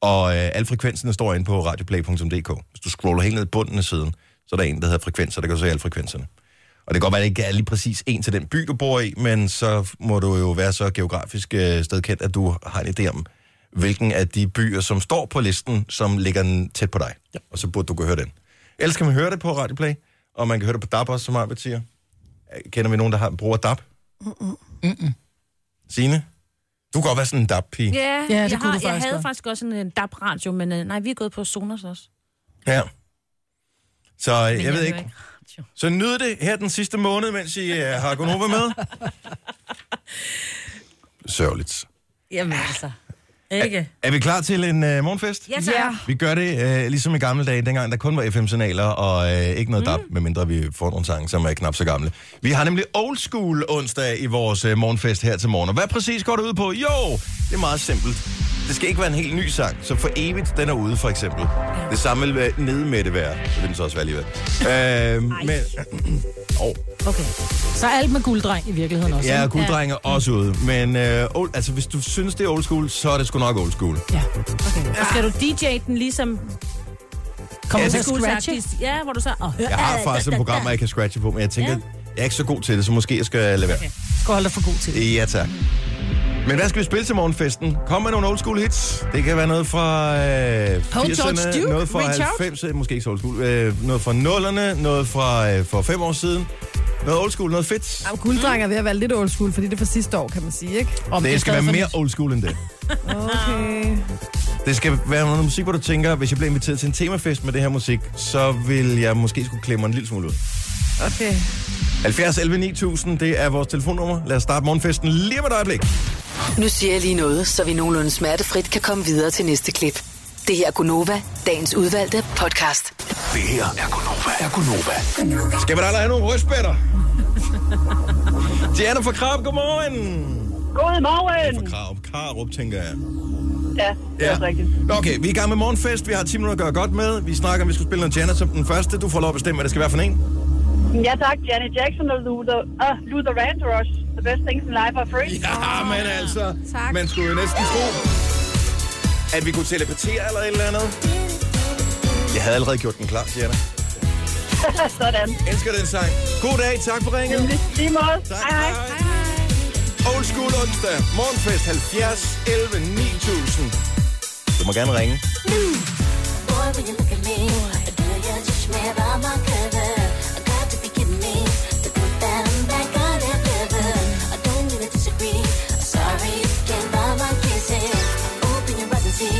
A: Og øh, alle frekvenserne står inde på radioplay.dk. Hvis du scroller helt ned i bunden af siden, så er der en, der hedder frekvenser, der kan du se alle frekvenserne. Og det kan godt være, at det ikke er lige præcis en til den by, du bor i, men så må du jo være så geografisk øh, stedkendt, at du har en idé om, hvilken af de byer, som står på listen, som ligger n- tæt på dig. Ja. Og så burde du kunne høre den. Ellers kan man høre det på Radio Play, og man kan høre det på DAB også, som Arbet siger. Øh, Kender vi nogen, der har, bruger DAB? Mm-mm. Signe? Du kan godt være sådan en DAB-pige.
C: Ja,
D: Ja,
C: jeg,
D: det kunne du
C: har, jeg
D: faktisk
C: havde
D: godt.
C: faktisk også en, en DAB-radio, men øh, nej, vi er gået på Sonos også.
A: Ja. Så øh, jeg,
C: Men
A: jeg ved
C: hører
A: ikke. Så nyd det her den sidste måned, mens I øh, har Gunova med. Sørgeligt.
C: Jamen altså. Ikke?
A: Er vi klar til en øh, morgenfest?
C: Ja, tak.
B: Ja.
A: Vi gør det øh, ligesom i gamle dage, dengang der kun var FM-signaler og øh, ikke noget DAB, medmindre vi får nogle sange, som er knap så gamle. Vi har nemlig old school onsdag i vores øh, morgenfest her til morgen. Og hvad præcis går det ud på? Jo, det er meget simpelt. Det skal ikke være en helt ny sang, så for evigt den er ude, for eksempel. Det samme vil være nede med det være. Det vil den så også være alligevel. Øh, men, oh,
D: Okay. Så alt med gulddreng i virkeligheden også.
A: ja,
D: ikke?
A: gulddrenge ja. også ude. Men øh, old, altså, hvis du synes, det er old school, så er det sgu nok old school.
D: ja.
C: Og skal du DJ den ligesom...
D: Kommer
A: Ja,
D: ja,
A: det
D: til at scratche?
C: Skolsagtigt. Ja, hvor du så... Oh,
A: Jeg har faktisk et program, jeg kan scratche på, men jeg tænker,
C: Ja.
A: jeg er ikke så god til det, så måske jeg skal lade være.
D: Skal holde dig for god til det.
A: Ja, tak. Men hvad skal vi spille til morgenfesten? Kom med nogle old school hits. Det kan være noget fra øh,
D: George
A: 80'erne,
D: Duke,
A: noget fra
D: Reach Out.
A: 90'erne, måske ikke så old school, øh, noget fra 0'erne, noget fra øh, for fem år siden. Noget old school, noget fedt.
B: Jamen, gulddreng er ved at være lidt old school, fordi det er fra sidste år, kan man sige, ikke?
D: Om
A: Det
D: er
A: skal
D: stadig
A: være
D: for
A: mere
D: nyt.
A: old school end det.
B: Okay.
A: Det skal være noget musik, hvor du tænker, hvis jeg bliver inviteret til en temafest med det her musik, så vil jeg måske skulle klemme mig en lille smule ud.
B: Okay.
A: 70 11 9000, det er vores telefonnummer. Lad os starte morgenfesten lige om et øjeblik.
E: Nu siger jeg lige noget, så vi nogenlunde smertefrit kan komme videre til næste klip. Det her er Gunova, dagens udvalgte podcast.
F: Det her er Gonova. Er Gonova.
A: Skal man aldrig have nogle rystbætter? Diana fra Krab, godmorgen! Fra
G: Godmorgen.
A: Krab, Karup, tænker jeg.
G: Ja, det er rigtigt.
A: Nå, Okay, vi er i gang med morgenfest. Vi har 10 minutter at gøre godt med. Vi snakker, om vi skal spille noget Janet som den første. Du får lov at bestemme, hvad det skal være for en.
G: Ja tak, Janet Jackson og Luther, uh, Luther Vandross. The best things in life are free.
A: Ja, men altså.
H: tak.
A: Man skulle jo næsten tro, at vi kunne telepatere eller et eller andet. Jeg havde allerede gjort den klar, Diana.
G: Sådan.
A: Elsker den sang. God dag, tak for ringet.
G: Nemlig. Lige måde.
A: Tak,
G: Hej hej.
A: Old School onsdag. Morgenfest 70 11 9000. Du må gerne ringe.
I: Boy, when you look at me, I do you just me about my cover. I got to be kidding me. The good that I'm back on that river. I don't really disagree. I'm sorry, can't buy my kisses. Open your eyes and see.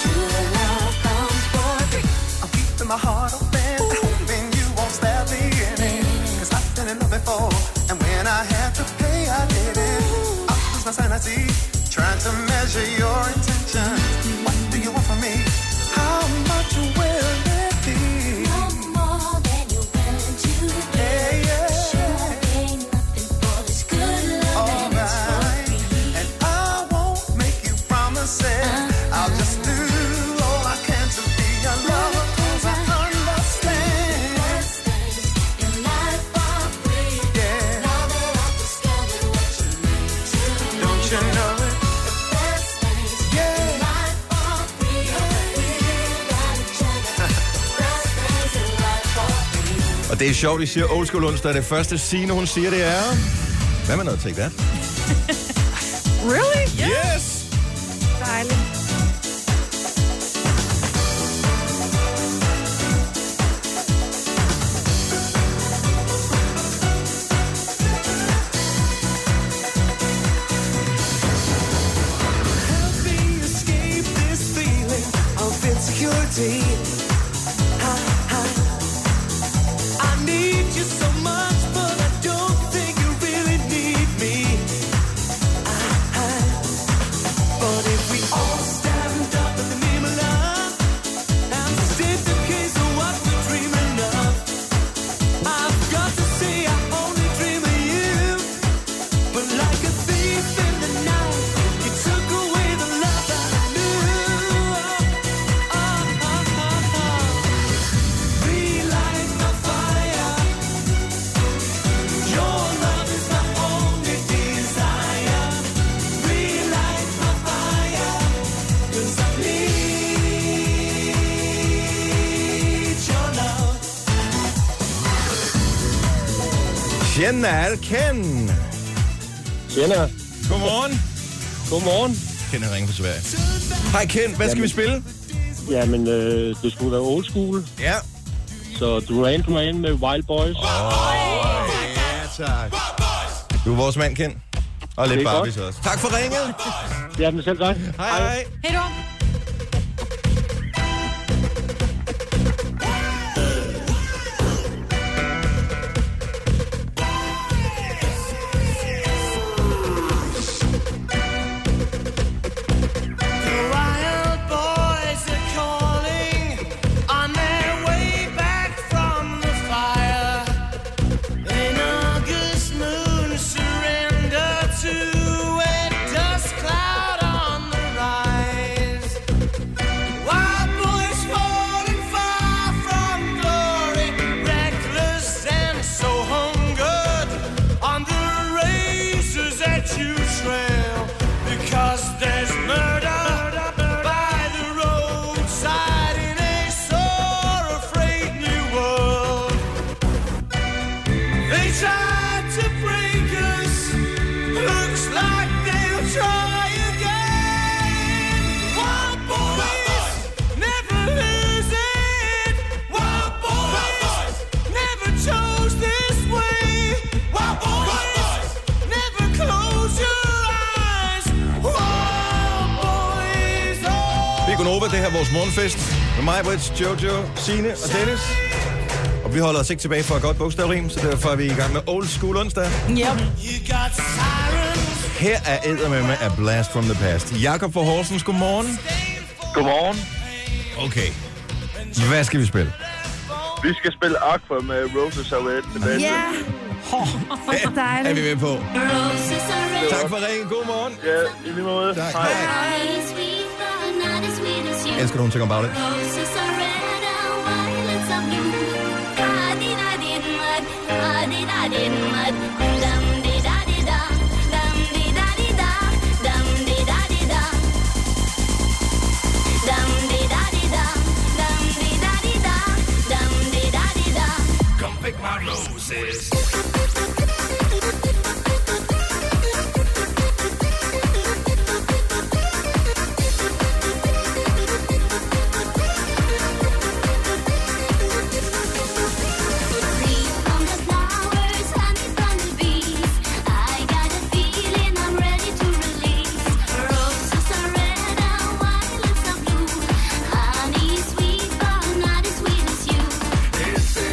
I: True love comes for free.
J: I'm keeping my heart open, hoping you won't stab me in it. Cause I've been in love before, and when I had to pay, I did it. I lose my sanity, trying to measure your intention. What do you want from me? How much will it be?
I: No more than you're willing to pay.
J: Yeah,
I: Sure,
J: yeah.
I: ain't nothing for this good love
J: All
I: and it's for
J: right.
I: free.
J: And I won't make you promises.
I: Uh-huh.
J: I'll just do all I can to be your lover, cause I understand.
I: Best things in life are free.
J: Yeah.
I: Now that I've discovered what you mean to me.
J: Don't you know it?
I: Best things in
J: Yeah.
I: life are free. We got each other. Best things in life are free.
A: Og det er sjovt, de siger Old School onsdag. Det første Signe, hun siger, det er... Hvad med noget? Take that.
H: Really?
A: Yes!
H: Dejligt.
J: Help me escape this feeling of insecurity. I, I, I need you so much, but I don't think you really need me. I, I, but if we all stand up in the name of love and state the case of what we're dreaming of, I've got to say I only dream of you. But like a thief in the night, you took away the love that I knew. Relight my fire. Your love is my only desire. Relight my fire, 'cause I need your love.
A: Jenner Ken.
K: Jenna,
A: Godmorgen.
K: godmorgen.
A: Ken er ringe fra Sverige. Hej Ken, hvad skal vi spille?
K: Jamen, øh, det skulle være old school,
A: Ja.
K: så du er ind mig ind med Wild Boys.
A: Ja, tak. Du er vores mand, Ken. Og lidt
K: Det er godt.
A: Barbies også. Tak for ringet.
K: Jamen, selv tak.
A: Hej, hej.
D: Hej du.
J: The wild boys are calling on their way back from the fire. An August moon surrender to a dust cloud on the rise. Wild boys falling far from glory, reckless and so hungered on the razors that you trail. Because there's murder by the roadside in a sorrow-frayed new world. They tried to break us. Looks like they'll try again. Wild boys never lose it. Wild boys never chose this way. Wild boys never close your eyes. Wild boys. Oh.
A: Vi er Gunova, det her er vores morgenfest. Med mig, Brits, Jojo, Sine og Dennis. Og vi holder os ikke tilbage for et godt bogstavrim, så derfor er vi i gang med Old School onsdag.
L: Yep.
J: You got sirens.
A: Her er eddermame af Blast from the Past. Jakob fra Horsens, godmorgen.
K: Godmorgen.
A: Okay. Hvad skal vi spille?
K: Vi skal spille Aqua med Roses Are Red.
H: Ja. Hvor
A: Er vi
H: dejligt.
A: med på?
I: Roses are red,
A: Tak for ringen. God morgen.
K: Ja, i lige måde.
I: eyes
A: Tak.
I: we find.
A: Jeg elsker nogle ting om Violet.
J: Roses are red and violets are blue. Da-di-da-di-mud, da-di-da-di-mud. Dum-di-da-di-da, dum-di-da-di-da, dum-di-da-di-da. Dum-di-da-di-da, dum-di-da-di-da, dum-di-da-di-da.
F: Come pick my roses.
J: On the flowers, honey from the bees. I got a feeling I'm ready to release. Roses are red and violets are blue. Honey is sweet, but not as sweet as you.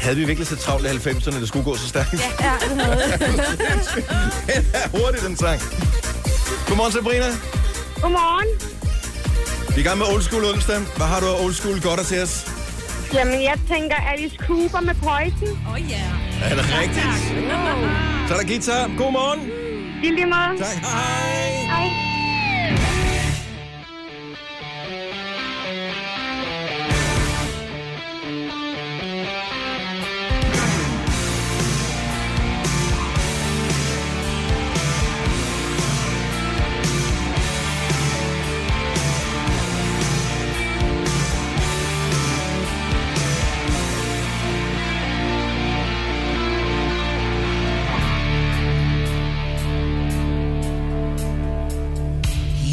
A: Havde vi virkelig så travlt i 90'erne, det skulle gå så stærkt? Ja.
B: Ja, det havde
A: Den er hurtig, den sang. Godmorgen, Sabrina.
M: Godmorgen.
A: Vi er i gang med Old School onsdag. Hvad har du af Old School godt at til os?
M: Jamen, jeg tænker Alice Cooper med Poison. Åh, oh, ja.
A: Er det rigtigt? Så er der guitar. Godmorgen.
M: I lige måde.
A: Tak. Hej.
M: Hej.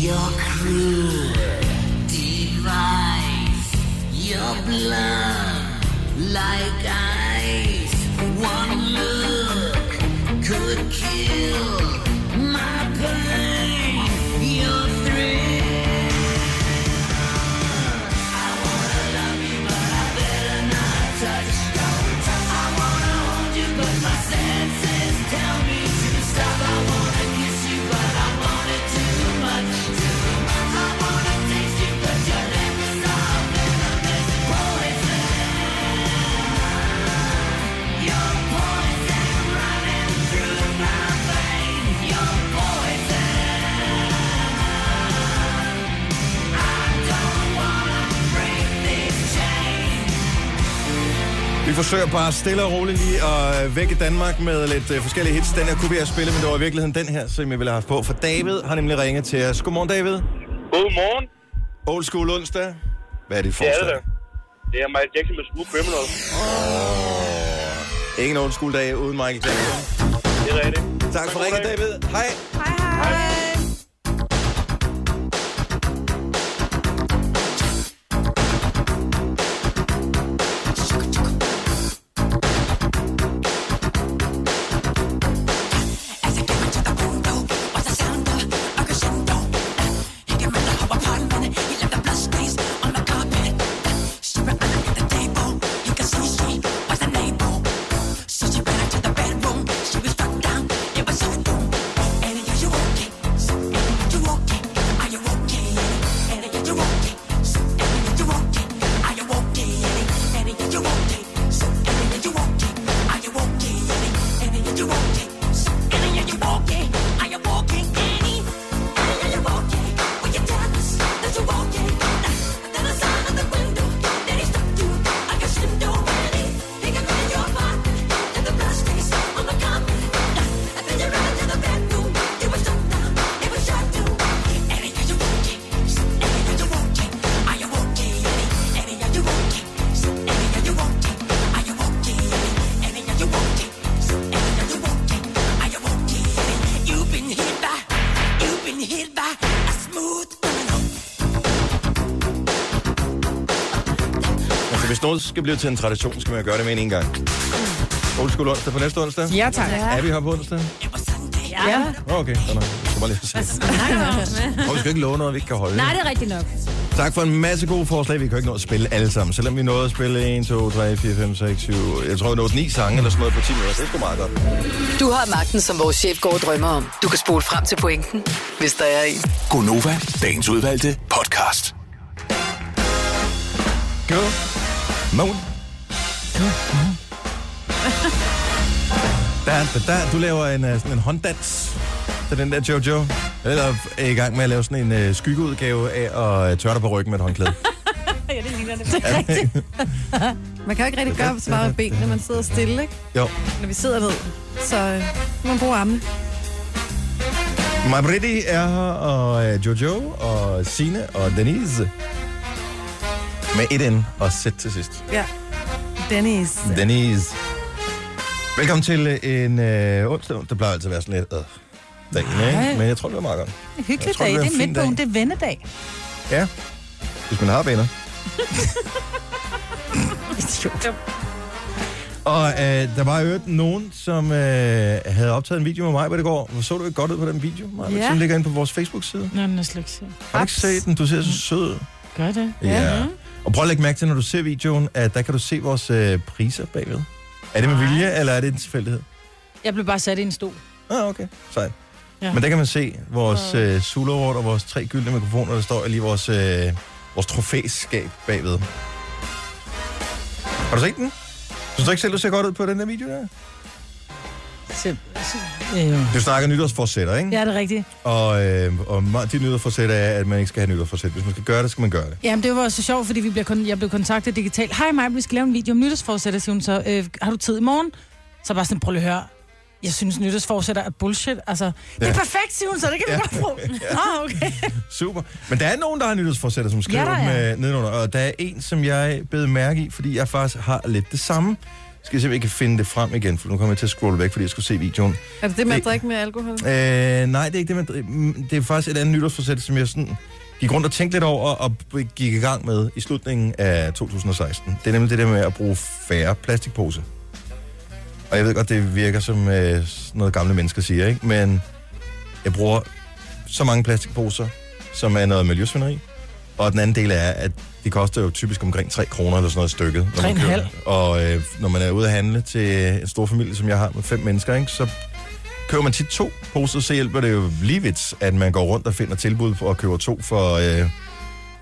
J: Your cruel device, your blood like ice. One look could kill my pain. Your thrill. I wanna love you, but I better not touch. Don't touch. I wanna hold you, but my senses tell me to stop. I wanna kiss you, but I want it too much. Too much. I wanna taste you, but your lips are venomous poison. Your poison running through my veins. Your poison. I don't wanna break this chain.
A: Vi forsøger bare stille og roligt lige at øh, vække Danmark med lidt øh, forskellige hits. Den her kunne vi have spillet, men det var i virkeligheden den her, som jeg ville have haft på. For David har nemlig ringet til os. Godmorgen, David.
K: Godmorgen.
A: Old School onsdag. Hvad er det for
K: Det er
A: onsdag?
K: det da. Det er Michael Jackson med Smooth Criminal.
A: Ingen Old School dag uden Michael Jackson.
K: Det er rigtigt.
A: Tak for ringet, David. Hej.
J: You've been hit by, you've been hit by a smooth
A: Altså, hvis noget skal blive til en tradition, skal man jo gøre det med en, en gang. Old School onsdag på næste onsdag?
D: Ja, tak.
A: Er vi her på onsdag?
C: Ja.
A: Åh, Okay, så nok. Jeg skal bare lige se.
C: Snakker vi om.
A: Og vi skal ikke love noget, vi ikke kan holde.
C: Nej, det er rigtigt nok.
A: Tak for en masse gode forslag. Vi kan jo ikke nå at spille alle sammen. Selvom vi nåede at spille 1, 2, 3, 4, 5, 6, 7... Jeg tror, vi nåede 9 sange eller sådan noget på 10 minutter. Det er sgu meget godt.
E: Du har magten, som vores chef går og drømmer om. Du kan spole frem til pointen, hvis der er en.
N: Gonova, dagens udvalgte podcast.
A: God morgen. Da, da, da. Du laver en, øh, sådan en hånddans til den der Jojo. Eller er i gang med at lave sådan en øh, skyggeudgave af at øh, tørre dig på ryggen med et håndklæde.
B: ja, det ligner det. Det er rigtigt. man kan jo ikke rigtig gøre så meget med benene, man sidder stille, ikke?
A: Jo.
B: Når vi sidder ned, så øh, man bruger armene.
A: Maja Britti er her, og øh, Jojo, og Sine og Denise. Med et N og Z til sidst.
B: Ja. Dennis.
A: Denise. Velkommen til øh, en øh, onsdag. Det plejer altid at være sådan lidt øh, dagen,
D: Nej.
A: ikke? Men jeg tror, det var meget godt.
D: En
A: Jeg
D: hyggelig
A: tror,
D: dag.
A: det
D: Det
A: bliver
D: er
A: en fin
D: midtbogen, det er vennedag.
A: Ja. Hvis man har venner.
D: Idiot.
A: Og øh, der var jo nogen, som øh, havde optaget en video med mig, hvor det går. Hvor så du ikke godt ud på den video, Maja?
D: Ja.
A: Ja. Som ligger inde på vores Facebook-side.
D: Nå, den er slet ikke sød.
A: Har du ikke set den? Du ser så sød ud.
D: Gør det?
A: Mm. Ja. Og prøv at lægge mærke til, når du ser videoen, at der kan du se vores øh, priser bagved. Er det med vilje, eller er det en tilfældighed?
D: Jeg blev bare sat i en stol.
A: Ah, okay. Sejt.
D: Ja.
A: Men der kan man se vores øh, Zulu Award og vores tre gyldne mikrofoner, der står lige i vores, øh, vores trofæskab bagved. Har du set den? Synes du ikke selv, du ser godt ud på den der video der?
D: Se, se. Øh.
A: Du snakker nytårsforsætter, ikke?
D: Ja, det er rigtigt.
A: Og, øh, og meget- dit nytårsforsæt er, at man ikke skal have nytårsforsæt. Hvis man skal gøre det, skal man gøre det.
D: Jamen, det var så sjovt, fordi vi bliver kon- jeg blev kontaktet digitalt. Hej mig, vi skal lave en video om nytårsforsætter, siger hun så. Øh, har du tid i morgen? Så bare sådan, prøv lige at høre. Jeg synes, nytårsforsætter er bullshit. Altså, det
A: Ja.
D: er perfekt, siger hun så. Det kan vi
A: Ja.
D: godt bruge. Nå, okay.
A: Super. Men der er nogen, der har nytårsforsætter, som skriver
D: Ja, der
A: ja,
D: er.
A: med nedenunder. Og der er en, som jeg bed mærke i, fordi jeg faktisk har lidt det samme. Skal jeg se, om jeg kan finde det frem igen, for nu kommer jeg til at scrolle væk, fordi jeg skulle se videoen.
B: Er det det med at
A: Det-
B: drikke med alkohol?
A: Øh, nej, det er ikke det, man... mm, Det er faktisk et andet nytårsforsæt, som jeg sådan gik rundt og tænkte lidt over og gik i gang med i slutningen af 2016. Det er nemlig det der med at bruge færre plastikposer. Og jeg ved godt, det virker som øh, sådan noget gamle mennesker siger, ikke? Men jeg bruger så mange plastikposer, som er noget miljøsvinderi. Og den anden del er, at de koster jo typisk omkring 3 kroner eller sådan noget stykket. når man
D: 3,5.
A: køber det. Og øh, når man er ude at handle til en stor familie, som jeg har med fem mennesker, ikke, så køber man tit to poser, så hjælper det jo lige vidt, at man går rundt og finder tilbud og køber to for, øh,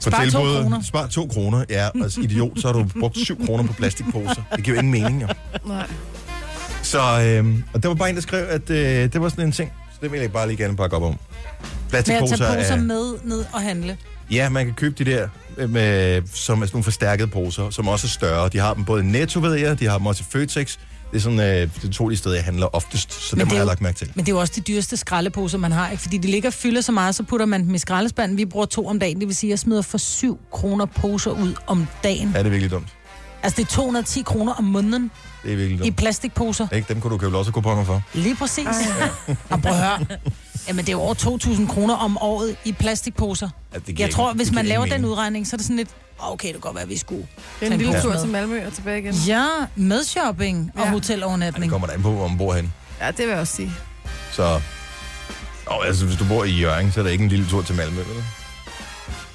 A: for
D: Spar to
A: tilbud.
D: kroner.
A: Spar to kroner. Ja, og altså, idiot, så har du brugt syv kroner på plastikposer. Det giver jo ingen mening, jo.
B: Nej.
A: Så, øh, og der var bare en, der skrev, at øh, det var sådan en ting. Så det vil jeg bare lige gerne pakke op om.
D: Med at
A: Plastikposer
D: tage poser
A: er...
D: med ned og handle.
A: Ja, man kan købe de der, øh, med, som er sådan nogle forstærkede poser, som også er større. De har dem både i Netto, ved jeg, de har dem også i Føtex. Det er sådan, øh, det to de steder, jeg handler oftest, så dem
D: det
A: har
D: er
A: jeg
D: jo-
A: lagt mærke til.
D: Men det er jo også de dyreste skraldeposer, man har, ikke? Fordi de ligger og fylder så meget, så putter man dem i skraldespanden. Vi bruger to om dagen, det vil sige, at jeg smider for 7 kroner poser ud om dagen.
A: Er det virkelig dumt?
D: Altså, det er 210 kroner om måneden
A: Det er virkelig dumt.
D: i plastikposer.
A: Ikke? Dem kunne du købe lotto-kuponer for.
D: Lige præcis. Ja. Og prøv at høre. Jamen, det er jo over 2.000 kroner om året i plastikposer.
A: det giver
D: jeg
A: ikke-
D: tror,
A: det
D: hvis
A: giver
D: man
A: ingen
D: laver den
A: mening.
D: udregning, så er det sådan lidt, "Åh, okay, det kan godt være, at vi skulle.
B: Det er
D: tage
B: en lille
D: pose
B: tur
D: med."
B: til Malmø og tilbage igen.
D: Ja, med shopping og hotelovernatning.
A: Kommer der an på, hvor man bor hen.
B: Ja, det vil jeg også sige.
A: Så... Og altså, hvis du bor i Jørgen, så er det ikke en lille tur til Malmø, vel?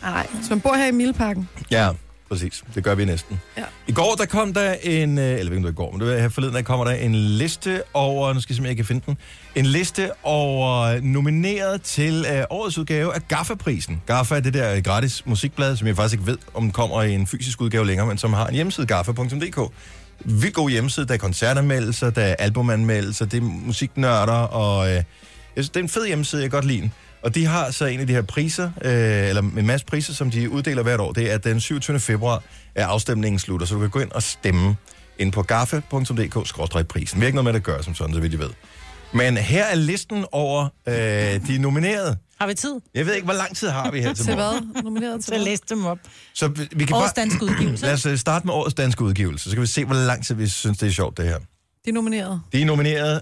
B: Nej, hvis man bor her i Mileparken.
A: Ja, præcis. Det gør vi næsten.
B: Ja.
A: I går, der kom der en... øh, Eller jeg ved ikke, om det var i går, men det var her forleden, der kommer der en liste over... Nu skal jeg se, om jeg kan finde den. En liste over nomineret til øh, årets udgave af GAFFA-prisen. GAFFA er det der øh, gratis musikblad, som jeg faktisk ikke ved, om kommer i en fysisk udgave længere, men som har en hjemmeside, gaffa.dk. Vildt god hjemmeside. Der er koncertanmeldelser, der er albumanmeldelser, det er musiknørder, og... Øh, jeg synes, det er en fed hjemmeside, jeg kan godt lide den. Og de har så en af de her priser, øh, eller en masse priser, som de uddeler hvert år. Det er den 27. februar, at afstemningen slutter, så du kan gå ind og stemme ind på gaffe.dk-prisen. Vi har ikke noget med det at gøre, som sådan, så vidt jeg ved. Men her er listen over øh, de nominerede.
D: Har vi tid?
A: Jeg ved ikke, hvor lang tid har vi her til
B: Til
A: morgen.
B: hvad? Nomineret til
D: Så læs dem op.
A: Så vi, vi kan
D: Årets
A: bare...
D: danske udgivelse.
A: Lad os øh, starte med årets danske udgivelse. Så kan vi se, hvor lang tid vi synes, det er sjovt, det her.
B: De er nomineret.
A: De er nomineret.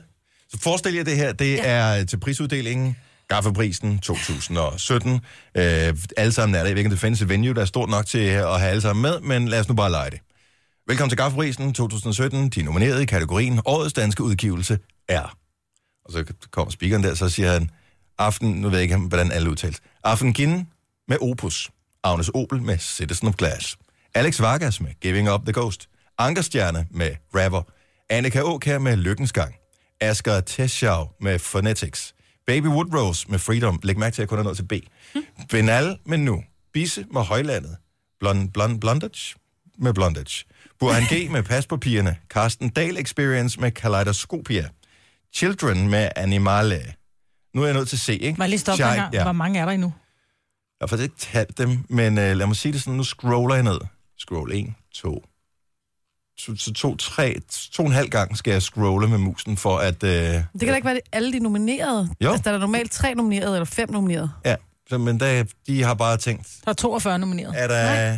A: Så forestil jer det her, det ja. er øh, til prisuddelingen. Gaffeprisen 2017. Øh, alle sammen er der. Jeg ved ikke, om det findes et venue, der er stort nok til at have alle sammen med, men lad os nu bare lege det. Velkommen til Gaffeprisen 2017. De er nomineret i kategorien Årets Danske Udgivelse er. Og så kommer speakeren der, så siger han, aften, nu ved jeg ikke, hvordan alle udtales. Aften Gin med Opus. Agnes Opel med Citizen of Glass, Alex Vargas med Giving Up the Ghost, Ankerstjerne med Rapper, Annika Åkær med Lykkens Gang, Asger Teschau med Phonetics, Baby Woodrose med Freedom, læg mærke til, at jeg kun er nået til B,
D: Hm.
A: Benal med Nu, Bisse med Højlandet, Blond, Blond, Blondage med Blondage, Burhan G med Paspapirerne, Carsten Dahl Experience med Kaleidoskopia, Children med Animale. Nu er jeg nået til C, ikke?
D: Må jeg lige stoppe
A: Shy-
D: Chai, her? Ja. Hvor mange er der endnu?
A: jeg har faktisk ikke talt dem, men øh, lad mig sige det sådan, nu scroller jeg ned. Scroll 1, 2, to, to, to, tre, to og en halv gang skal jeg scrolle med musen for at... Øh, det
B: Det kan da ikke være det- alle de nominerede.
A: Jo.
B: Altså, der er der normalt tre nominerede, eller fem nominerede.
A: Ja, så, men der, de har bare tænkt,
D: Der er 42 nomineret.
A: er der,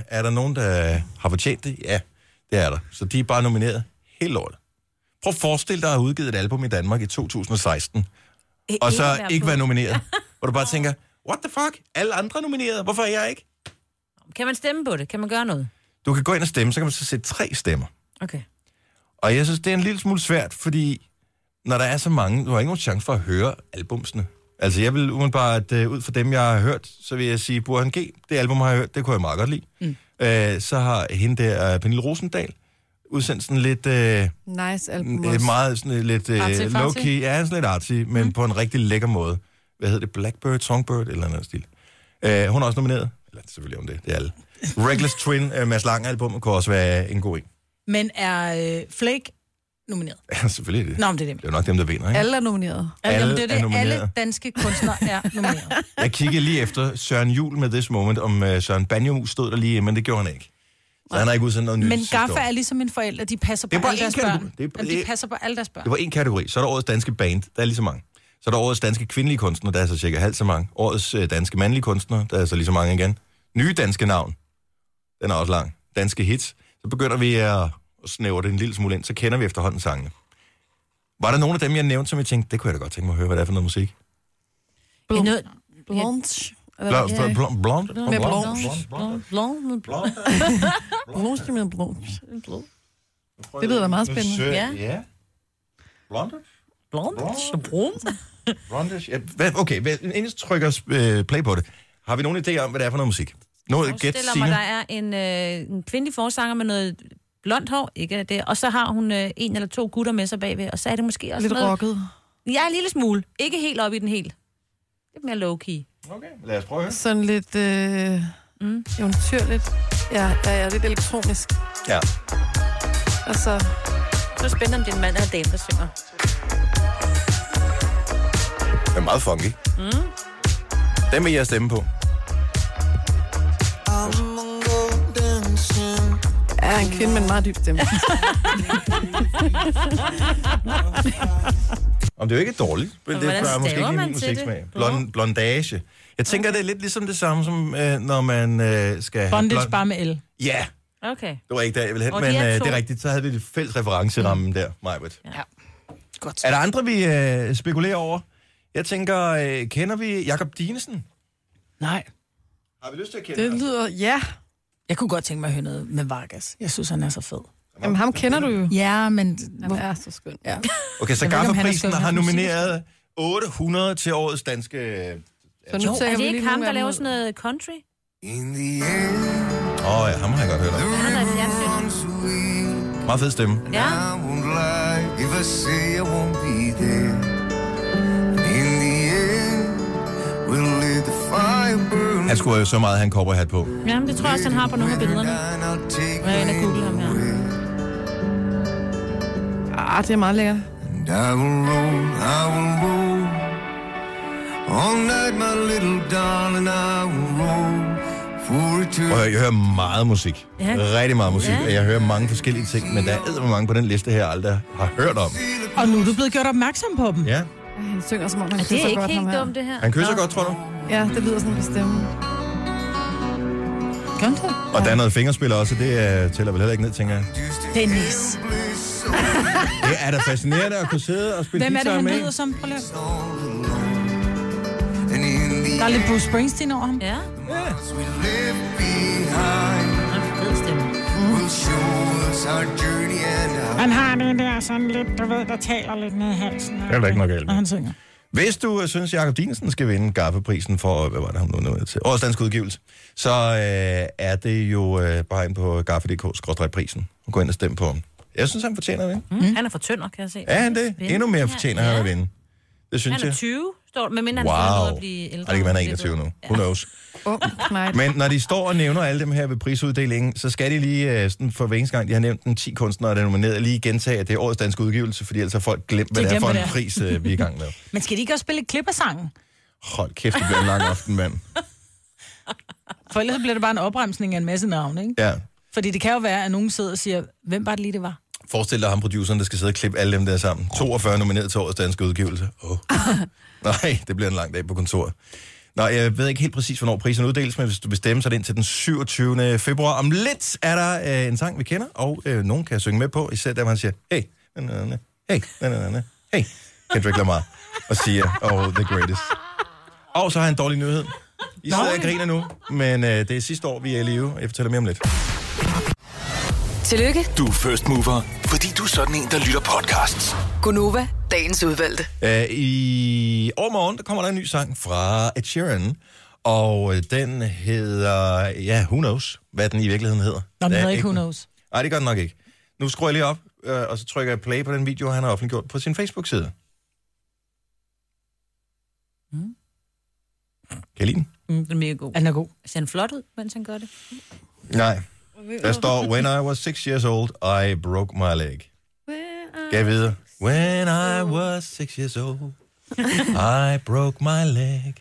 A: er der nogen, der har fortjent det? Ja, det er der. Så de er bare nomineret helt lortet. Prøv at forestille dig at have udgivet et album i Danmark i 2016, og så ikke være nomineret. Hvor du bare tænker, what the fuck? Alle andre er nomineret, hvorfor er jeg ikke?
C: Kan man stemme på det? Kan man gøre noget?
A: Du kan gå ind og stemme, så kan man så sætte tre stemmer.
C: Okay.
A: Og jeg synes, det er en lille smule svært, fordi når der er så mange, du har ikke nogen chance for at høre albumsene. Altså jeg vil umiddelbart, øh, ud fra dem, jeg har hørt, så vil jeg sige, Burhan G, det album, har jeg hørt, det kunne jeg meget godt lide. Mm. Øh, så har hende der, øh, Pernille Rosendal, udsendt sådan lidt, øh,
B: Nice album
A: lidt
B: også.
A: meget sådan lidt øh,
B: Artsy-fartsy.
A: low-key, ja, sådan lidt artsy, men mm. på en rigtig lækker måde. Hvad hedder det? Blackbird, Songbird, eller noget stil. Øh, hun er også nomineret. Eller selvfølgelig om det, det er alle. Reckless Twin, øh, Mads Lang album, kunne også være en god en.
D: Men er øh, Flake nomineret?
A: Ja, selvfølgelig er det.
D: Nå, men det er dem.
A: Det er jo nok dem, der vinder, ikke?
B: er nomineret.
D: Alle,
A: Alle
D: Jamen, det er
A: er
D: det.
A: nomineret.
D: Alle danske kunstnere er nomineret.
A: Jeg kiggede lige efter Søren Jul med This Moment, om øh, Søren Banjomus stod der lige, men det gjorde han ikke. Så han har ikke udsendt noget nyt.
D: Men
A: sidste
D: Gaffa
A: år.
D: er ligesom en forælder. De passer
A: Det er
D: på
A: bare
D: alle
A: én
D: deres
A: kategori.
D: børn.
A: Det er-
D: Jamen, de passer på alle deres børn.
A: Det var en kategori. Så er der årets danske band, der er lige så mange. Så er der årets danske kvindelige kunstner, der er så cirka halvt så mange. Årets øh, danske mandlige kunstner, der er så lige så mange igen. Nye danske navn, den er også lang. Danske hits. Så begynder vi at at snævre det en lille smule ind, så kender vi efterhånden sangene. Var der nogen af dem, jeg nævnte, som jeg tænkte, det kunne jeg da godt tænke mig at høre, hvad det er for noget musik?
C: Blom.
B: Blonde.
A: Blond, blond, blond, blond, blond, blond,
B: Med
C: blonde. Blonde.
A: Blonde.
B: Blonde med blonde. Det lyder da meget spændende.
A: Ja. ja. Blonde?
C: Blonde? Blonde?
A: Blonde? Ja, hvad, okay, hvad, inden jeg trykker øh, play på det, har vi nogen idé om, hvad det er for noget musik? Noget gæt,
C: Forestil mig,
A: Signe?
C: der er en, øh, en kvindelig forsanger med noget blondt hår, ikke det? Og så har hun øh, en eller to gutter med sig bagved, og så er det måske også
B: Lidt
C: noget...
B: rocket.
C: Ja, en lille smule. Ikke helt op i den helt. Lidt mere low-key.
A: Okay, lad os prøve at høre.
B: Sådan lidt øh, mm. eventyrligt. Ja, ja, ja, lidt elektronisk.
A: Ja.
B: Og så...
C: Det er spændende, om det er en mand eller en dame, der synger.
A: Det er meget funky.
C: Mm.
A: Den vil jeg stemme på.
B: Ja, en kvinde med en meget dyb stemme.
A: Om det er jo ikke dårligt. Men det
B: hvordan
A: er måske
B: staver
A: ikke
B: man
A: min
B: til det?
A: musiksmag. Blond, blondage. Jeg tænker, det er lidt ligesom det samme, som øh, når man øh, skal... have
D: Bondage
A: blond-
D: bare med el.
A: Ja,
C: Okay.
A: det var ikke der, jeg ville hen,
D: Og de
A: men øh,
D: er
A: det
D: to. Mm.
A: er rigtigt. Så havde vi det fælles referencerammen der, Majbert.
C: Ja.
D: Godt.
A: Er der andre, vi øh, spekulerer over? Jeg tænker, øh, kender vi Jakob Dinesen?
D: Nej.
A: Har vi lyst til at kende
B: Det lyder... Ja.
D: Jeg kunne godt tænke mig at høre noget med Vargas. Jeg synes, han er så fed.
B: Jamen, ham kender du jo.
D: Ja, men...
B: Han er så skøn.
D: Ja.
A: Okay, så
D: Jeg ved ikke, om han er
A: Gaffaprisen
D: skøn,
A: har
D: han er
A: nomineret 800 til årets danske...
C: Så nu er det ikke ham, der laver sådan noget country?
A: Åh oh, ja, ham har jeg godt hørt om.
C: Han er i fjernsynet.
A: Meget fed stemme.
C: Ja.
O: If I say I won't be there, in the end, we'll let the fire burn.
A: Han skulle jo så meget, han kopper hat på.
C: Jamen, det tror jeg også, han har på nogle af billederne. Må jeg ind og google ham her?
B: Ah, det er meget lækkert.
O: And I will roll, I will roll. All night, my little darling, I will roll for
A: Prøv at høre,
O: eternity.
A: jeg hører meget musik.
O: Ja.
A: Rigtig meget musik.
O: Ja.
A: Og Jeg hører mange forskellige ting, men der er mange på den liste her, jeg aldrig har hørt om.
D: Og nu er du blevet gjort opmærksom på dem.
A: Ja.
B: Han synger som om, han
D: Er det
B: kysser
D: ikke
B: godt,
D: helt
B: ham her.
D: dumt, det her?
A: Han kysser godt, tror du?
B: Ja, det lyder sådan en stemme.
D: Gør det?
A: Og der er noget fingerspil også, det uh, tæller vel heller ikke ned, tænker jeg.
D: Dennis.
A: Det er da fascinerende at kunne sidde og spille
D: Hvem er det,
A: guitar
D: han
A: med.
D: lyder som? Prøv lige. Der er lidt Bruce Springsteen over ham.
C: Ja.
O: Will show us our journey and our
D: Han har den der sådan lidt, du ved, der taler lidt ned i halsen.
A: Det er der ikke noget galt med.
D: Og han synger.
A: Hvis du øh, synes, Jacob Dinesen skal vinde gaffeprisen for, øh, hvad var det, han nu nåede til? Årets dansk udgivelse. Så øh, er det jo øh, bare ind på gaffe.dk-prisen og gå ind og stem på ham. Jeg synes, han fortjener at vinde.
C: Mm. Han er for tynder, kan jeg se.
A: Er han det?
C: Spændende.
A: Endnu mere fortjener han at vinde. Det synes
C: Han er
A: jeg.
C: 20, står men mindre han wow. får noget
A: Wow.
C: at blive
A: Ej, det
C: ældre.
A: kan være, han er 21 nu. Who knows?
B: Ung knejt.
A: Men når de står og nævner alle dem her ved prisuddelingen, så skal de lige, øh, sådan for hver eneste gang, de har nævnt den 10 kunstnere, der er nomineret, lige gentage, at det er årets danske udgivelse, fordi ellers har folk glemt, hvad
D: De
A: det er
D: glemmer
A: for en
D: det.
A: pris, øh, vi er i gang med.
D: Men skal de ikke også spille et klip af sangen?
A: Hold kæft, det bliver en lang aften, mand.
D: For ellers bliver det bare en opremsning af en masse navne, ikke?
A: Ja.
D: Fordi det kan jo være, at nogen sidder og siger, hvem var det lige, det var?
A: Forestil dig ham, produceren, der skal sidde og klippe alle dem der sammen. 42 nomineret til årets danske udgivelse. Oh. Nej, det bliver en lang dag på kontoret. Nå, jeg ved ikke helt præcis, hvornår prisen uddeles, men hvis du bestemmer, så er det indtil den 27. februar. Om lidt er der øh, en sang, vi kender, og øh, nogen kan synge med på, især der, man siger, hey, na, na, na, hey, na, na, na, na, hey, Kendrick Lamar, og siger, oh, the greatest. Og så har jeg en dårlig nyhed. I sidder og griner nu, men øh, det er sidste år, vi er i live, og jeg fortæller mere om lidt.
E: Tillykke,
N: Du er first mover, fordi du er sådan en, der lytter podcasts.
E: Gunova, dagens udvalgte.
A: Øh, I overmorgen, der kommer der en ny sang fra Ed Sheeran, og øh, den hedder, ja, Who Knows, hvad den i virkeligheden hedder.
D: Nå, men
A: Der er
D: hedder ikke Who Knows.
A: Nej, det gør den nok ikke. Nu skruer jeg lige op, øh, og så trykker jeg play på den video, han har offentliggjort på sin Facebook-side. Mm. Kan I lide den?
C: Mm, den er mega god.
D: Han er god.
C: Ser han flot ud, mens han gør det?
A: Nej. Der står, when I was six years old, I broke my leg. Skal jeg videre? When I was six years old, I broke my leg.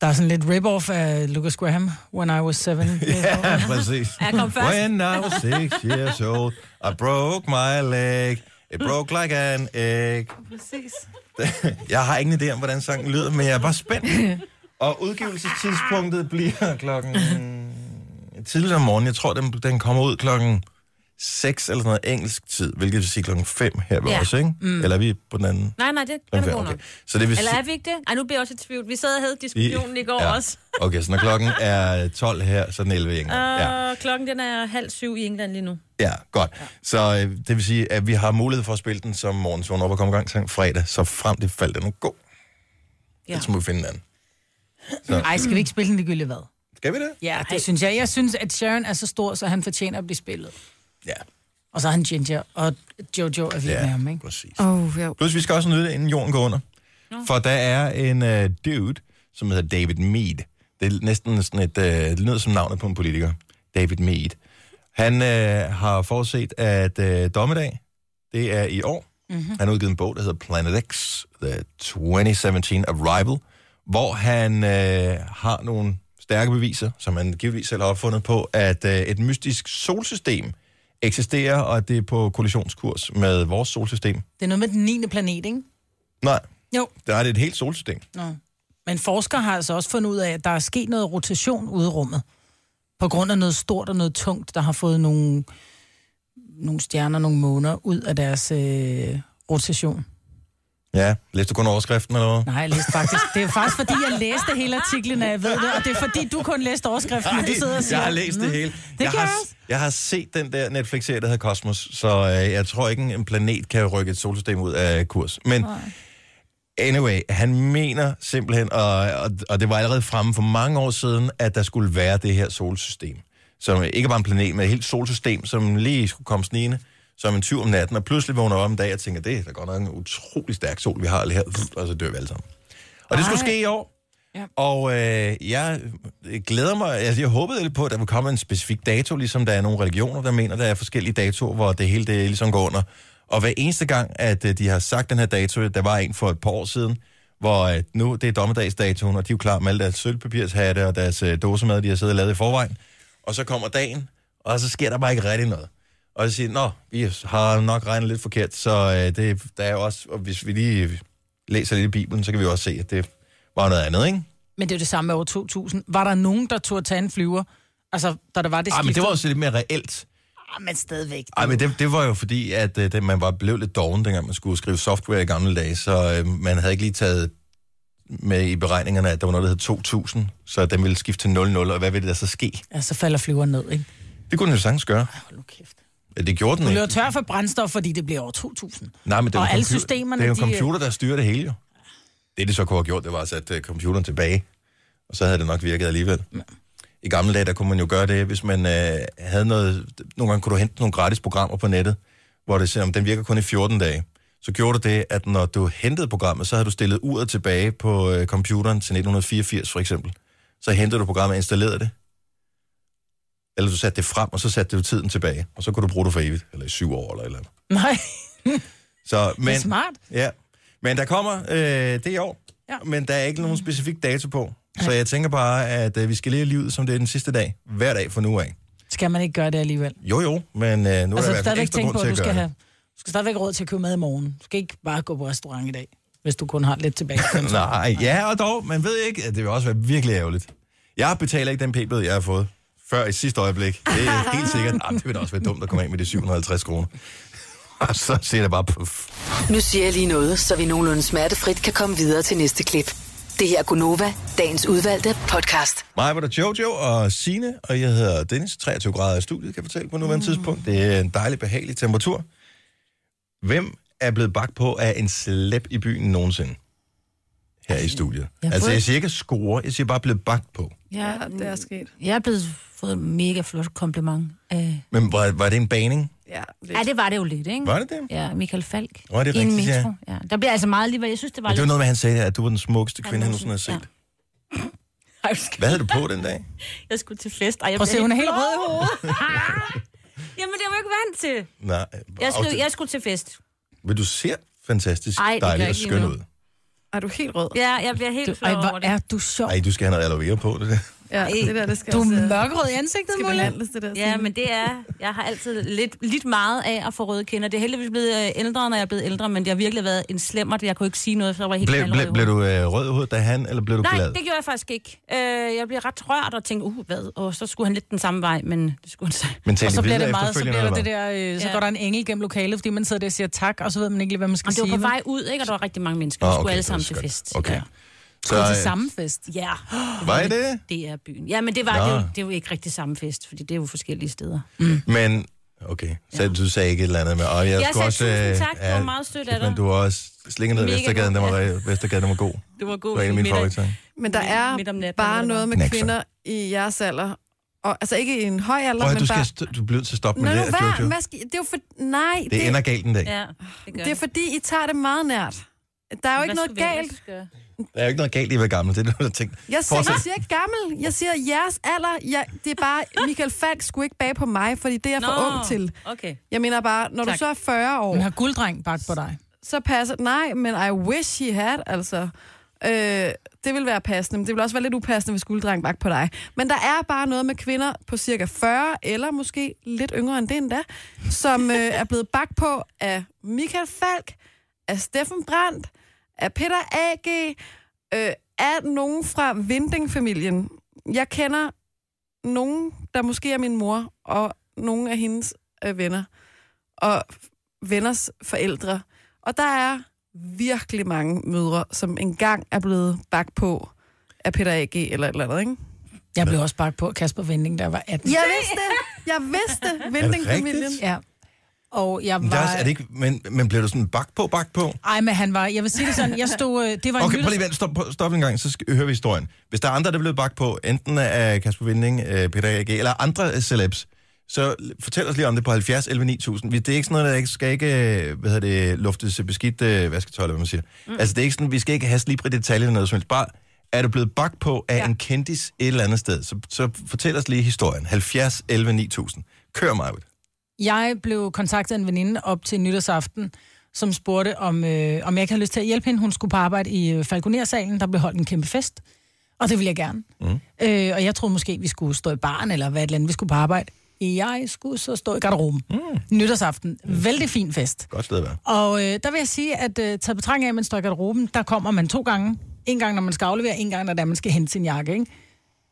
D: Der er sådan lidt rip-off af Lucas Graham, When I Was Seven.
A: Ja, præcis.
D: Ja, kom først.
A: When I was six years old, I broke my leg. It broke like an egg.
B: Præcis.
A: Jeg har ingen idé om, hvordan sangen lyder, men jeg er bare spændt. Og udgivelsestidspunktet bliver klokken... Tidligere om morgenen, jeg tror, den, den kommer ud klokken 6 eller sådan noget engelsk tid, hvilket vil sige klokken 5 her ved
C: Ja.
A: os, ikke?
C: Mm.
A: Eller er vi på den anden?
C: Nej, nej, det er
A: Klokken
C: du
A: fem,
C: god
A: okay.
C: nok.
A: Så det vil
C: Eller
A: sige-
C: er vi ikke det? Ej, nu bliver jeg også i tvivl. Vi sad og havde diskussionen i, går
A: Ja.
C: også.
A: Okay, så når klokken er 12 her, så er den 11 i
C: Uh,
A: England. Ja.
C: ja. Klokken den er halv syv i England lige nu.
A: Ja, godt. Så øh, det vil sige, at vi har mulighed for at spille den som morgens vågn op og komme i gang til fredag, så frem til faldt den er god.
D: Ja.
A: Ja. Så må vi finde en anden. Så.
D: Ej, skal vi ikke spille den ligegyldigt hvad?
A: Skal vi det?
D: Ja, det synes jeg. Jeg synes, at Sharon er så stor, så han fortjener at blive spillet.
A: Ja.
D: Og så er han Ginger, og Jojo er vild
A: Ja,
D: med ham, ikke?
A: præcis.
B: Oh, ja.
A: Plus, vi skal også nyde det, inden jorden går under. For der er en øh, dude, som hedder David Mead. Det er næsten sådan et, øh, det lyder som navnet på en politiker. David Mead. Han øh, har forudset, at øh, dommedag, det er i år. Mm-hmm. Han har udgivet en bog, der hedder Planet X, The 2017 Arrival, hvor han øh, har nogle stærke beviser, som han givetvis selv har opfundet på, at øh, et mystisk solsystem eksisterer, og at det er på kollisionskurs med vores solsystem.
D: Det er noget med den 9. planet, ikke?
A: Nej,
D: Jo.
A: der er det et helt solsystem.
D: Nå. Men forskere har altså også fundet ud af, at der er sket noget rotation ude i rummet. På grund af noget stort og noget tungt, der har fået nogle, nogle stjerner, nogle måner ud af deres øh, rotation.
A: Ja, læste du kun overskriften eller hvad?
D: Nej, jeg læste faktisk. Det er faktisk, fordi jeg læste hele artiklen, og jeg ved det. Og det er fordi, du kun læste overskriften, og du sidder og siger...
A: jeg har læst det
D: "Mm."
A: hele.
D: Det
A: jeg,
D: kan
A: har,
D: jeg også.
A: jeg har set den der Netflix-serie, der hedder Cosmos, så øh, jeg tror ikke, en planet kan rykke et solsystem ud af kurs. Men anyway, han mener simpelthen, og, og, og det var allerede fremme for mange år siden, at der skulle være det her solsystem. Som ikke bare en planet, men et helt solsystem, som lige skulle komme snigende som en tyv om natten, og pludselig vågner jeg op en dag og tænker, det er da godt nok en utrolig stærk sol, vi har lige her, og så dør vi alle sammen. Og det skulle
D: Ej.
A: ske i år. Og øh, jeg glæder mig, altså jeg håbede lidt på, at der ville komme en specifik dato, ligesom der er nogle religioner, der mener, der er forskellige datoer, hvor det hele det ligesom går under. Og hver eneste gang, at øh, de har sagt den her dato, der var en for et par år siden, hvor øh, nu det er dommedagsdatoen, og de er jo klar med alle deres sølvpapirshatte og deres øh, dåsemad, de har siddet og lavet i forvejen. Og så kommer dagen, og så sker der bare ikke rigtig noget. Og så siger de, nå, vi har nok regnet lidt forkert, så øh, det, der er jo også, og hvis vi lige læser lidt i Bibelen, så kan vi jo også se, at det var noget andet, ikke?
D: Men det er jo det samme med år 2000. Var der nogen, der turde tage en flyver? Altså, da der var det
A: Ej, Ah, men det var
D: skifte?
A: også lidt mere reelt.
D: Ah, men stadigvæk.
A: Ej, men det, det var jo fordi, at øh, det, man var blevet lidt doven, dengang man skulle skrive software i gamle dage, så øh, man havde ikke lige taget med i beregningerne, at der var noget, der hed 2000, så den ville skifte til 00, og hvad ville der så ske?
D: Ja, så falder flyveren ned, ikke?
A: Det kunne den jo sagtens gøre. Ja, Det gjorde den
D: Du løber
A: ikke.
D: tør for brændstof, fordi det bliver over 2000.
A: Nej, men det er
D: og
A: jo
D: alle
A: computer-
D: systemerne,
A: Det er jo en
D: de- øh,
A: computer, der styrer det hele jo. Det, det så kunne have gjort, det var at sætte øh, computeren tilbage, og så havde det nok virket alligevel. I gamle dage, der kunne man jo gøre det, hvis man øh, havde noget... Nogle gange kunne du hente nogle gratis programmer på nettet, hvor det siger, om den virker kun i 14 dage. Så gjorde du det, at når du hentede programmet, så havde du stillet uret tilbage på øh, computeren til 1984 for eksempel. Så hentede du programmet og installerede det. Eller du satte det frem, og så satte du tiden tilbage. Og så kunne du bruge det for evigt, eller i syv år, eller et eller andet.
D: Nej,
A: Så, men,
D: det er smart.
A: Ja, men der kommer øh, det i år, ja. men der er ikke
D: Mm.
A: nogen specifik dato på. Så jeg tænker bare, at øh, vi skal leve livet, som det er den sidste dag, hver dag fra nu af.
D: Skal man ikke gøre det alligevel?
A: Jo jo, men øh, nu
D: altså,
A: er der i hvert fald
D: stadigvæk
A: ekstra
D: tænke
A: grund
D: på,
A: til
D: at du
A: at
D: skal
A: gøre
D: have... Du skal stadigvæk have råd til at købe mad i morgen. Du skal ikke bare gå på restaurant i dag, hvis du kun har lidt tilbage.
A: det. Nej, ja og dog, man ved ikke, at det vil også være virkelig ærgerligt. Jeg betaler ikke den p jeg har fået før i sidste øjeblik. Det er helt sikkert. Jamen, det vil da også være dumt at komme af med de 750 kroner. Og så ser det bare puff.
E: Nu siger jeg lige noget, så vi nogenlunde smertefrit kan komme videre til næste klip. Det her er Gunova, dagens udvalgte podcast.
A: Mig var der Jojo og Sine og jeg hedder Dennis. 23 grader i studiet, kan jeg fortælle på nuværende mm. tidspunkt. Det er en dejlig, behagelig temperatur. Hvem er blevet bagt på af en slap i byen nogensinde? Her i studiet.
C: Jeg har
A: altså,
C: fået-
A: jeg siger ikke score, jeg siger bare blevet bagt på.
C: Ja,
B: det er sket.
C: Jeg er blevet fået et mega flot kompliment. Øh, ja,
A: Men var, var det en baning?
C: det var det jo lidt, ikke?
A: Var det det?
C: Ja, Michael Falk.
A: Var det
C: I en
A: rigtigt, ja.
C: metro. Ja. Der bliver altså meget alligevel. Jeg synes, det var
A: Men det var
C: lidt...
A: noget med, han sagde, at du var den smukkeste
C: Ja,
A: kvinde, han nogensinde har
C: nogensinde,
A: set. Hvad havde du på den dag?
C: Jeg skulle til fest. Ej, jeg
D: Prøv at
C: blev
D: se, hun er helt rød i
C: blå. Jamen, det var jeg jo ikke vant til.
A: Nej.
C: Jeg skulle,
A: Aftale-
C: jeg skulle til fest.
A: Men du ser fantastisk
C: Ej, det gør
A: dejlig
C: jeg
A: og
C: ikke
A: skøn
C: endnu.
A: ud.
B: Er du helt rød?
C: Ja, jeg bliver helt
D: Du,
C: flov
D: ej,
C: over
D: hvor
C: det.
D: er du sjov.
A: Ej, du skal have noget aloe vera på det. der.
B: Ja, det der, det skal
D: Du
B: også,
D: er
B: øh,
D: mørkerød i ansigtet,
B: skal
D: Mulle.
B: behandles, det der.
C: Ja, men det er... Jeg har altid lidt, lidt meget af at få røde kinder. Det er heldigvis blevet øh, ældre, når jeg er blevet ældre, men det har virkelig været en slemmer. Jeg kunne ikke sige noget, for jeg var helt
A: Blev,
C: knaldrød i
A: ble, blev
C: hovedet.
A: du øh, rød i hovedet, da han, eller blev du
C: Nej,
A: glad?
C: det gjorde jeg faktisk ikke. Øh, jeg blev ret rørt og tænkte, uh, hvad? Og så skulle han lidt den samme vej, men det skulle han så.
A: Men talte
D: Og så
A: I
D: bliver
A: videre
D: det meget, så
A: efterfølgende,
D: bliver der det
A: eller
D: der, øh, så
C: Ja.
D: går der en engel gennem lokalet, fordi man sidder der og siger tak, og så ved man ikke lige, hvad man skal
C: Jamen, det
D: sige.
C: var på
D: vel?
C: vej ud, ikke? Og der var rigtig mange mennesker.
A: Ah,
C: Vi
A: okay,
C: skulle alle
A: det var
C: sammen til
A: skønt.
C: fest.
A: Okay.
C: Ja.
A: Så,
D: Til
A: øh,
D: samme fest.
C: Ja.
A: Var I det?
C: Det er byen. Ja, men det var det
A: Nå.
C: jo, det er jo ikke rigtig samme fest, fordi det er jo forskellige steder.
B: Mm.
A: Men, okay, så du sagde ikke et eller andet med, og jeg,
C: Jeg
A: skulle
C: sagde
A: også...
C: tusind
A: øh,
C: tak, det var meget sødt af
A: Men
C: dig.
A: du har også slinget ned
C: Mega
A: Vestergaden, den var, Vestergaden, den var god.
C: Det var
A: Det
C: god
A: var en af mine
C: middag.
A: favoritsange.
B: Men der er
C: midt om natten,
B: bare
C: eller
B: noget med
A: Knækser.
B: kvinder i jeres alder. Og, altså ikke i en høj alder,
A: Prøv at
B: men
A: du,
B: bare...
A: skal, st- du bliver nødt til at stoppe
B: Nå,
A: med
B: nu
A: det,
B: vær,
A: Jojo.
B: hvad skal, det er jo for... Nej,
A: Det ender galt en dag.
C: Ja, det gør
B: det er fordi, I tager det meget nært. Der er jo ikke noget galt.
A: Der er jo ikke noget galt i at være gammel, det er det, du har tænkt.
B: Jeg siger,
A: Fortsæt.
B: jeg siger ikke gammel. Jeg siger jeres alder. Jeg, det er bare, Michael Falk skulle ikke bage på mig, fordi det er jeg for
C: Nå,
B: ung til.
C: Okay.
B: Jeg mener bare, når tak. du
C: Tak.
B: så er 40 år,
D: Hun har gulddreng bagt på dig.
B: så passer... Nej, men I wish he had, altså. Øh, det vil være passende, men det vil også være lidt upassende, hvis gulddreng bak på dig. Men der er bare noget med kvinder på cirka 40, eller måske lidt yngre end det endda, som øh, er blevet bak på af Michael Falk, af Steffen Brandt, af Peter A.G., øh, af nogen fra Vinding-familien. Jeg kender nogen, der måske er min mor, og nogle af hendes øh, venner, og venners forældre. Og der er virkelig mange mødre, som engang er blevet bagt på af Peter A.G. eller et eller andet, ikke?
D: Jeg blev også bagt på af Kasper Vending, da jeg var 18.
B: Jeg vidste det! Jeg vidste det! Vinding-familien.
A: rigtigt?
D: Ja. Og jeg
A: Men der er,
D: var...
A: også- er det ikke, men, men blev du sådan bagt på, bagt på?
D: Ej, men han var... Jeg vil sige det sådan, jeg stod... øh, Det var en
A: Okay,
D: hyldes-
A: prøv lige vent, stop, stop en gang, så skal, hører vi historien. Hvis der er andre, der er blevet bagt på, enten af Kasper Vinding, øh, Peter A.G. eller andre øh, celebs, så l- fortæl os lige om det på 70 11 9000. Vi- Det er ikke sådan noget, der ikke skal ikke øh, hvad hedder det, luftes øh, beskidt øh, vasketøj, eller hvad man siger. Mm. Altså, det er ikke sådan, vi skal ikke have slibri detaljer eller noget som helst. Bare, er du blevet bagt på af ja. en kendis et eller andet sted, så, så fortæl os lige historien. 70 11 9000. Kør mig ud.
D: Jeg blev kontaktet af en veninde op til nytårsaften, som spurgte, om, øh, om jeg ikke havde lyst til at hjælpe hende. Hun skulle på arbejde i øh, Falconer-salen, der blev holdt en kæmpe fest. Og det ville jeg gerne. Mm. Øh, og jeg troede måske, vi skulle stå i baren, eller hvad et eller andet, vi skulle på arbejde. Jeg skulle så stå i garderoben. Mm. Nytårsaften. Vældig fin fest.
A: Godt sted at være.
D: Og øh, der vil jeg sige, at øh, taget betragtning af, at man står i garderoben, der kommer man to gange. En gang, når man skal aflevere, en gang, når det er, man skal hente sin jakke. Ikke?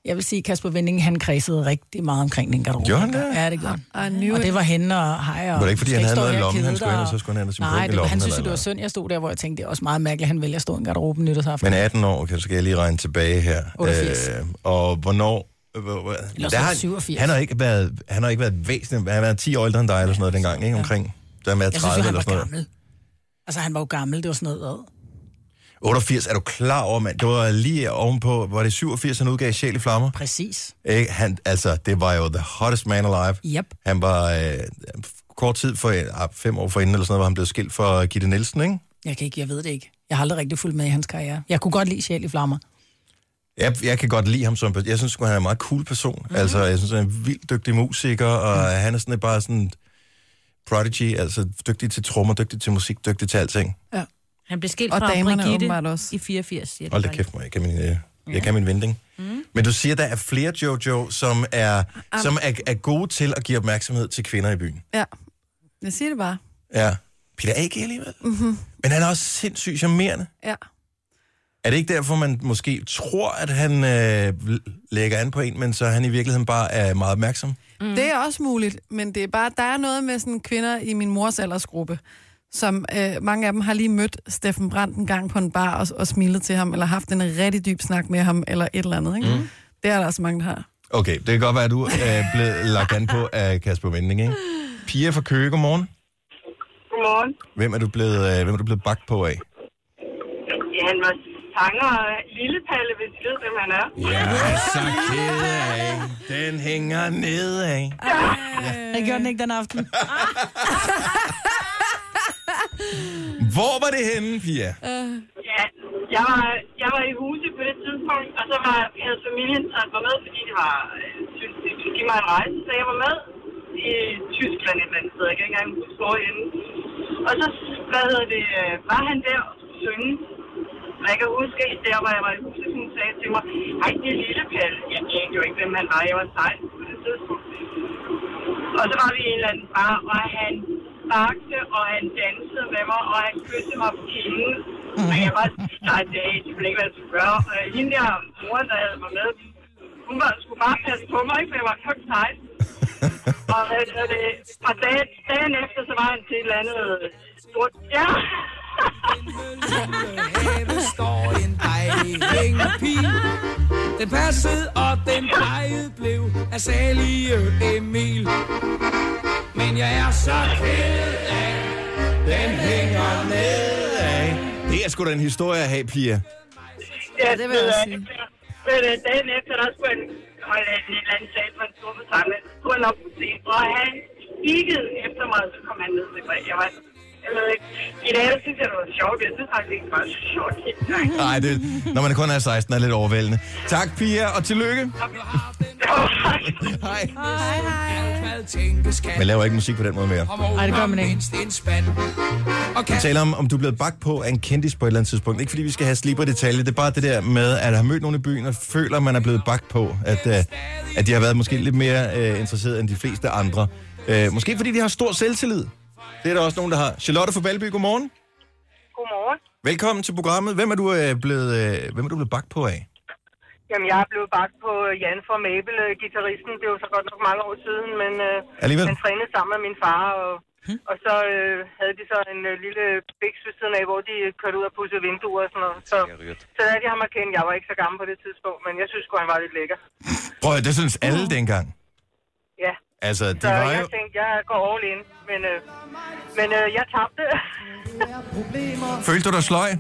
D: Jeg vil sige, at Kasper Vending, han kredsede rigtig meget omkring den garderobe.
A: Gjorde han det?
D: Ja, det gjorde han.
B: Og nu
D: Og det var hende og hej. Og
A: Var det ikke, fordi
D: skal
A: han havde
D: stå
A: noget i
D: her
A: lommen,
D: kede
A: han skulle hen,
D: dig,
A: og så skulle han have sin
D: Nej,
A: pung i
D: det,
A: lommen,
D: han synes,
A: eller
D: det var
A: hvad?
D: synd, jeg stod der, hvor jeg tænkte, det er også meget mærkeligt, at han vælger at stå i en garderoben nytårsaften.
A: Men 18 år, okay, så skal jeg lige regne tilbage her.
D: 88.
A: Øh, og hvornår øh, hvor- hvor-
D: Eller
A: der
D: så
A: har-
D: 87.
A: Han har ikke været, han har ikke været væsentlig, han har været 10 år ældre end dig eller sådan noget dengang, ikke? Omkring, der er med
D: Jeg synes
A: 30
D: jo, han
A: eller
D: var
A: sådan noget.
D: gammel. Altså, han var jo gammel, det var sådan noget. ad.
A: 88, er du klar over, mand? Det var lige ovenpå, var det 87, han udgav Sjæl i Flammer?
D: Præcis.
A: Ikke? Han, altså, det var jo the hottest man alive.
D: Yep.
A: Han var øh, kort tid for, øh, fem år forinden eller sådan noget, var han blevet skilt fra Gitte Nielsen, ikke?
D: Jeg kan ikke, jeg ved det ikke. Jeg har aldrig rigtig fulgt med i hans karriere. Jeg kunne godt lide Sjæl i Flammer.
A: Jeg, jeg kan godt lide ham som person. Jeg synes sgu, han er en meget cool person. Mm-hmm. Altså, jeg synes, han er en vildt dygtig musiker, og mm. han er sådan et- bare sådan prodigy, altså dygtig til trommer, dygtig til musik, dygtig til alting.
D: Ja.
C: Han blev skilt
B: Og
C: fra
B: damerne åbenbart
C: Brigitte også. i 84. siger de
A: Hold da
C: bare lige.
A: kæft mig, jeg kan min, øh, jeg kan min vending. Mm. Men du siger, der er flere Jojo, som er, som er, er gode til at give opmærksomhed til kvinder i byen.
B: Ja, jeg siger det bare.
A: Ja. Peter A.G. alligevel.
B: Mm-hmm.
A: Men han er også sindssygt charmerende.
B: Ja.
A: Er det ikke derfor, man måske tror, at han øh, l- lægger an på en, men så han i virkeligheden bare er meget opmærksom?
B: Mm. Det er også muligt, men det er bare, der er noget med sådan kvinder i min mors aldersgruppe, som øh, mange af dem har lige mødt Steffen Brandt en gang på en bar og, og smilet til ham, eller haft en rigtig dyb snak med ham, eller et eller andet. Ikke? Mm. Det er der også mange, der har.
A: Okay, det kan godt være, at du er blevet lagt an på af Kasper Vending, ikke? Pia fra Køge, godmorgen.
G: Godmorgen.
A: Hvem er du blevet, øh, hvem er du blevet bagt på af?
G: Ja, han var sanger Lille Palle, hvis I ved, hvem han er.
A: Ja, så ked af. Den hænger nedad.
D: Jeg gjorde den ikke den aften.
A: Hvor var det henne, Pia?
G: Uh. Ja, jeg var, jeg var i huse på det tidspunkt, og så var, havde familien taget mig med, fordi de var øh, synes, de skulle give mig en rejse, så jeg var med i Tyskland et eller andet sted. Jeg kan ikke engang huske hvorhenne. Og så, hvad hedder det, øh, var han der og skulle synge. Og jeg kan huske, at der, hvor jeg var i huset, hun sagde til mig, ej, det er lille Palle. Jeg anede jo ikke, hvem han var. Jeg var 16 på det tidspunkt. Og så var vi i en eller anden bar, og han bakte, og han dansede med mig, og han kyssede mig på kinden. Og jeg var nej, det er ikke, ikke, hvad jeg skulle gøre. Og hende der moren, der havde mig med, hun var, skulle bare passe på mig, for jeg var kun 16. og øh, øh, og dagen, dagen efter, så var han til et eller andet øh, stort... Ja!
P: have står en dejlig hængepige. Den passede, og den plejede blev af salige Emil. Men jeg er så ked af, den hænger nedad.
A: Det er sgu da en historie at have, Pia.
G: ja det vil jeg sige. Men øh, dagen efter, der skulle han holde en en eller anden tale på en stor forsamling. Så skulle han op på scenen, og han kiggede efter mig, og så kom han ned til mig. Jeg var jeg ved ikke. I dag, der synes jeg, det var sjovt. Jeg synes faktisk ikke, det var sjovt.
A: Nej, det, når man kun er 16, er det lidt overvældende. Tak, Pia, og tillykke. Hej.
P: Hej, hej.
A: Man laver ikke musik på den måde mere.
P: Nej, det gør man ikke. En spand. Og
A: Vi taler om, om du er blevet bagt på af en kendis på et eller andet tidspunkt. Ikke fordi vi skal have sliber detalje, det er bare det der med at have mødt nogen i byen og føler, at man er blevet bagt på. At, øh, at de har været måske lidt mere øh, interesseret end de fleste andre. Øh, måske fordi de har stor selvtillid. Det er der også nogen, der har. Charlotte fra Valby, godmorgen.
G: Godmorgen.
A: Velkommen til programmet. Hvem er du, øh, blevet, øh, hvem er du blevet bagt på af?
G: Jamen, jeg blev bagt på øh, Jan fra Mabel, gitarristen. Det var så godt nok mange år siden, men øh,
A: Alligevel?
G: han trænede sammen med min far, og, hmm. og så øh, havde de så en øh, lille biks ved siden af, hvor de kørte ud og pudsede vinduer og sådan noget. Så, så lærte jeg ham at kende. Jeg var ikke så gammel på det tidspunkt, men jeg synes sgu, han var lidt lækker.
A: Prøv at, det synes alle dengang.
G: Ja,
A: Altså, det
G: så
A: var
G: jeg
A: jo...
G: tænkte, jeg går all in, men, øh, men øh, jeg tabte.
A: Følte du dig sløj?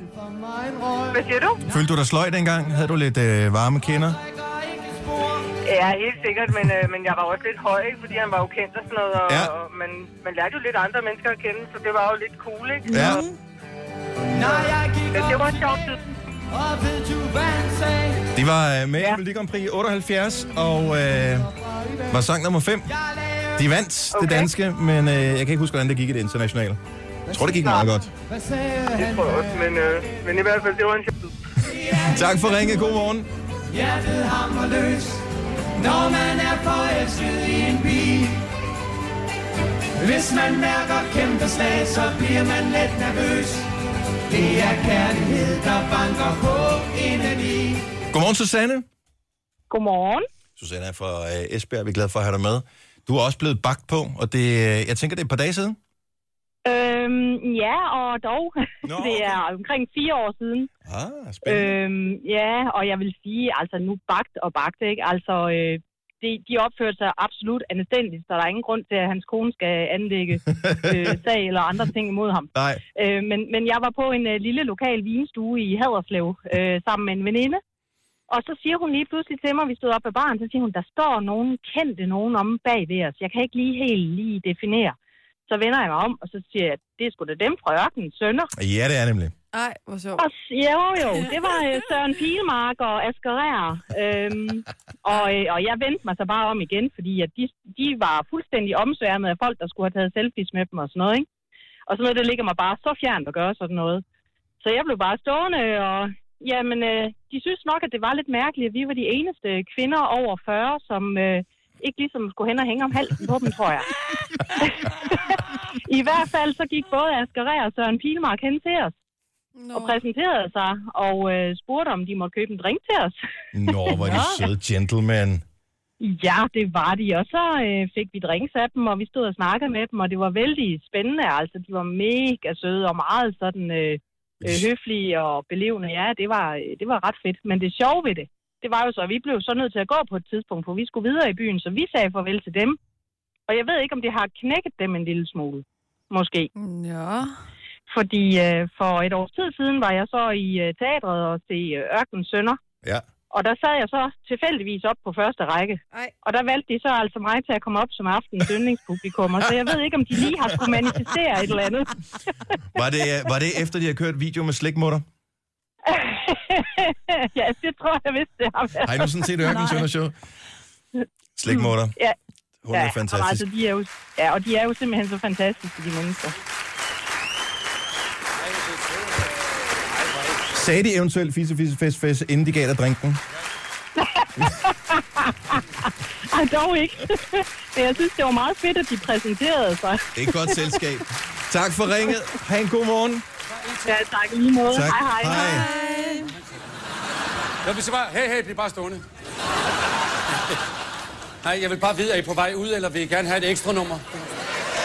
G: Hvad siger du?
A: Følte du dig sløj dengang? Havde du lidt øh, varme kinder?
G: Ja, helt sikkert, men, øh, men jeg var også lidt høj, ikke? fordi han var jo kendt og sådan noget, og,
A: Ja.
G: ja. og man, man lærte jo lidt andre mennesker at kende, så det var jo lidt cool, ikke?
A: Ja.
G: Så, så det var en sjov tid.
A: De var øh, med i Melodi Grand Prix i 78, og øh, var sang nummer 5. De vandt okay. det danske, men øh, jeg kan ikke huske, hvordan det gik i det internationale. Jeg tror, det gik meget godt.
G: Det tror jeg også, men, øh, men i hvert fald, det var en sjov tid.
A: Tak for ringet. God morgen.
P: Hjertet hamrer løs, når man er forelsket i en pige. Hvis man mærker kæmpe slag, så bliver man let nervøs. Det er kærlighed, der banker på indeni.
A: Godmorgen, Susanne.
Q: Godmorgen.
A: Susanne er fra øh, Esbjerg. Vi er glade for at have dig med. Du er også blevet bagt på, og det, øh, jeg tænker, det er et par dage siden.
M: Øhm, ja, og dog.
A: Nå,
M: det er omkring fire år siden.
A: Ah,
M: Øhm, ja, og jeg vil sige, altså nu bagt og bagt, ikke? Altså, øh, de, de opførte sig absolut anstændigt, så der er ingen grund til, at hans kone skal anlægge øh, sag eller andre ting imod ham.
A: Nej.
M: Øh, men, men jeg var på en øh, lille lokal vinstue i Haderslev øh, sammen med en veninde, og så siger hun lige pludselig til mig, vi stod op ad baren, så siger hun, der står nogen kendte nogen om bag ved os. Jeg kan ikke lige helt lige definere. Så vender jeg mig om, og så siger jeg, det er sgu da dem fra Ørken Sønder.
A: Ja, det er nemlig.
B: Nej, hvor sjovt.
M: Og, s- jo, jo, det var øh, Søren Pilmark og Asger Rær. Øhm, og, øh, og jeg vendte mig så bare om igen, fordi at de, de var fuldstændig omsværmet af folk, der skulle have taget selfies med dem og sådan noget. Ikke? Og sådan noget, det ligger mig bare så fjernt at gøre sådan noget. Så jeg blev bare stående, og jamen, øh, de synes nok, at det var lidt mærkeligt, at vi var de eneste kvinder over 40, som øh, ikke ligesom skulle hen og hænge om halsen på dem, tror jeg. I hvert fald så gik både Asger Rær og Søren Pilmark hen til os
B: no.
M: og præsenterede sig og øh, spurgte, om de måtte købe en drink til os.
A: Nå, hvor er de søde gentleman.
M: Ja, det var de. Og så øh, fik vi drinks af dem, og vi stod og snakkede med dem, og det var vældig spændende. Altså, de var mega søde og meget sådan øh, øh, høflige og belevende. Ja, det var, øh, det var ret fedt. Men det sjove ved det, det var jo så, at vi blev så nødt til at gå på et tidspunkt, for vi skulle videre i byen, så vi sagde farvel til dem. Og jeg ved ikke, om det har knækket dem en lille smule. Måske.
B: Ja.
M: Fordi øh, for et års tid siden var jeg så i øh, teatret og se øh, Ørken Sønder.
A: Ja.
M: Og der sad jeg så tilfældigvis op på første række.
B: Ej.
M: Og der valgte de så altså mig til at komme op som aftenens yndlingspublikum. Så jeg ved ikke, om de lige har skulle manifestere et eller andet.
A: Var det, øh, var det efter, de har kørt video med slikmutter?
M: ja, det tror jeg vist, det har været.
A: Har I nu sådan set Ørken Sønder Show? Slikmutter.
M: Ja.
A: Hun er
M: ja,
A: fantastisk.
M: Og altså, de er jo, ja, og de er jo simpelthen så fantastiske, de mennesker.
A: Sagde de eventuelt fisse, fisse, fes, fes, inden de gav dig drinken?
M: Ej, dog ikke. Men jeg synes, det var meget fedt, at de præsenterede sig.
A: Det er et godt selskab. Tak for ringet. Ha' en god morgen.
M: Ja, tak i lige måde.
A: Tak.
M: Hej, hej.
A: Hej.
Q: Jeg vil så bare, hey, hey, bliv bare stående. Nej, jeg vil bare vide, er I på vej ud, eller vil I gerne have et ekstra nummer?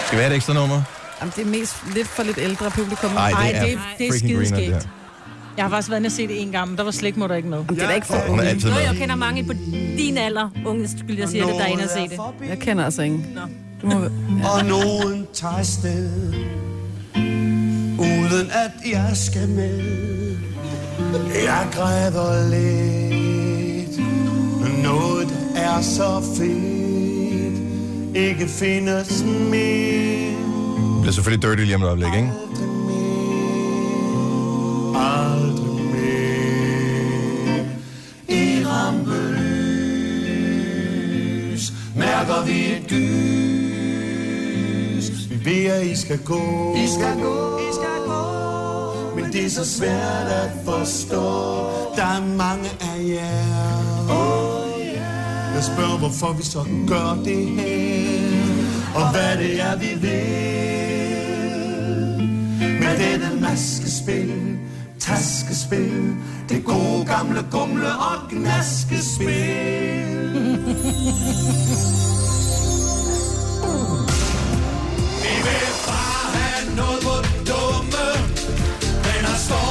A: Skal vi have et ekstra nummer?
B: Jamen, det er mest lidt for lidt ældre publikum.
A: Ej, det
D: Ej,
A: er
D: det, er- det er
A: freaking griner,
D: skideskægt.
A: det her.
D: Jeg har faktisk været inde og set det en gang, men der var slikmutter ikke med. Jamen,
B: det er da ikke for
A: Hun er altid
C: Nå,
A: med.
C: jeg kender mange på din alder, unge, skulle jeg sige, det, der er inde og se det.
B: Jeg kender altså ingen. Nå. Du må...
P: Og nogen tager sted Uden at jeg skal med Jeg græder lidt Noget der er så fedt Ikke findes mere
A: Det bliver selvfølgelig dirty lige om et øjeblik, ikke?
P: Aldrig mere I rampelys Mærker vi et gys Vi ved at I skal gå I skal gå I skal gå Men det er så svært at forstå Der er mange af jer Jeg spørger hvorfor vi så gør det her Og hvad det er vi vil Med denne maskespil Taskespil Det gode gamle gumle og gnaskespil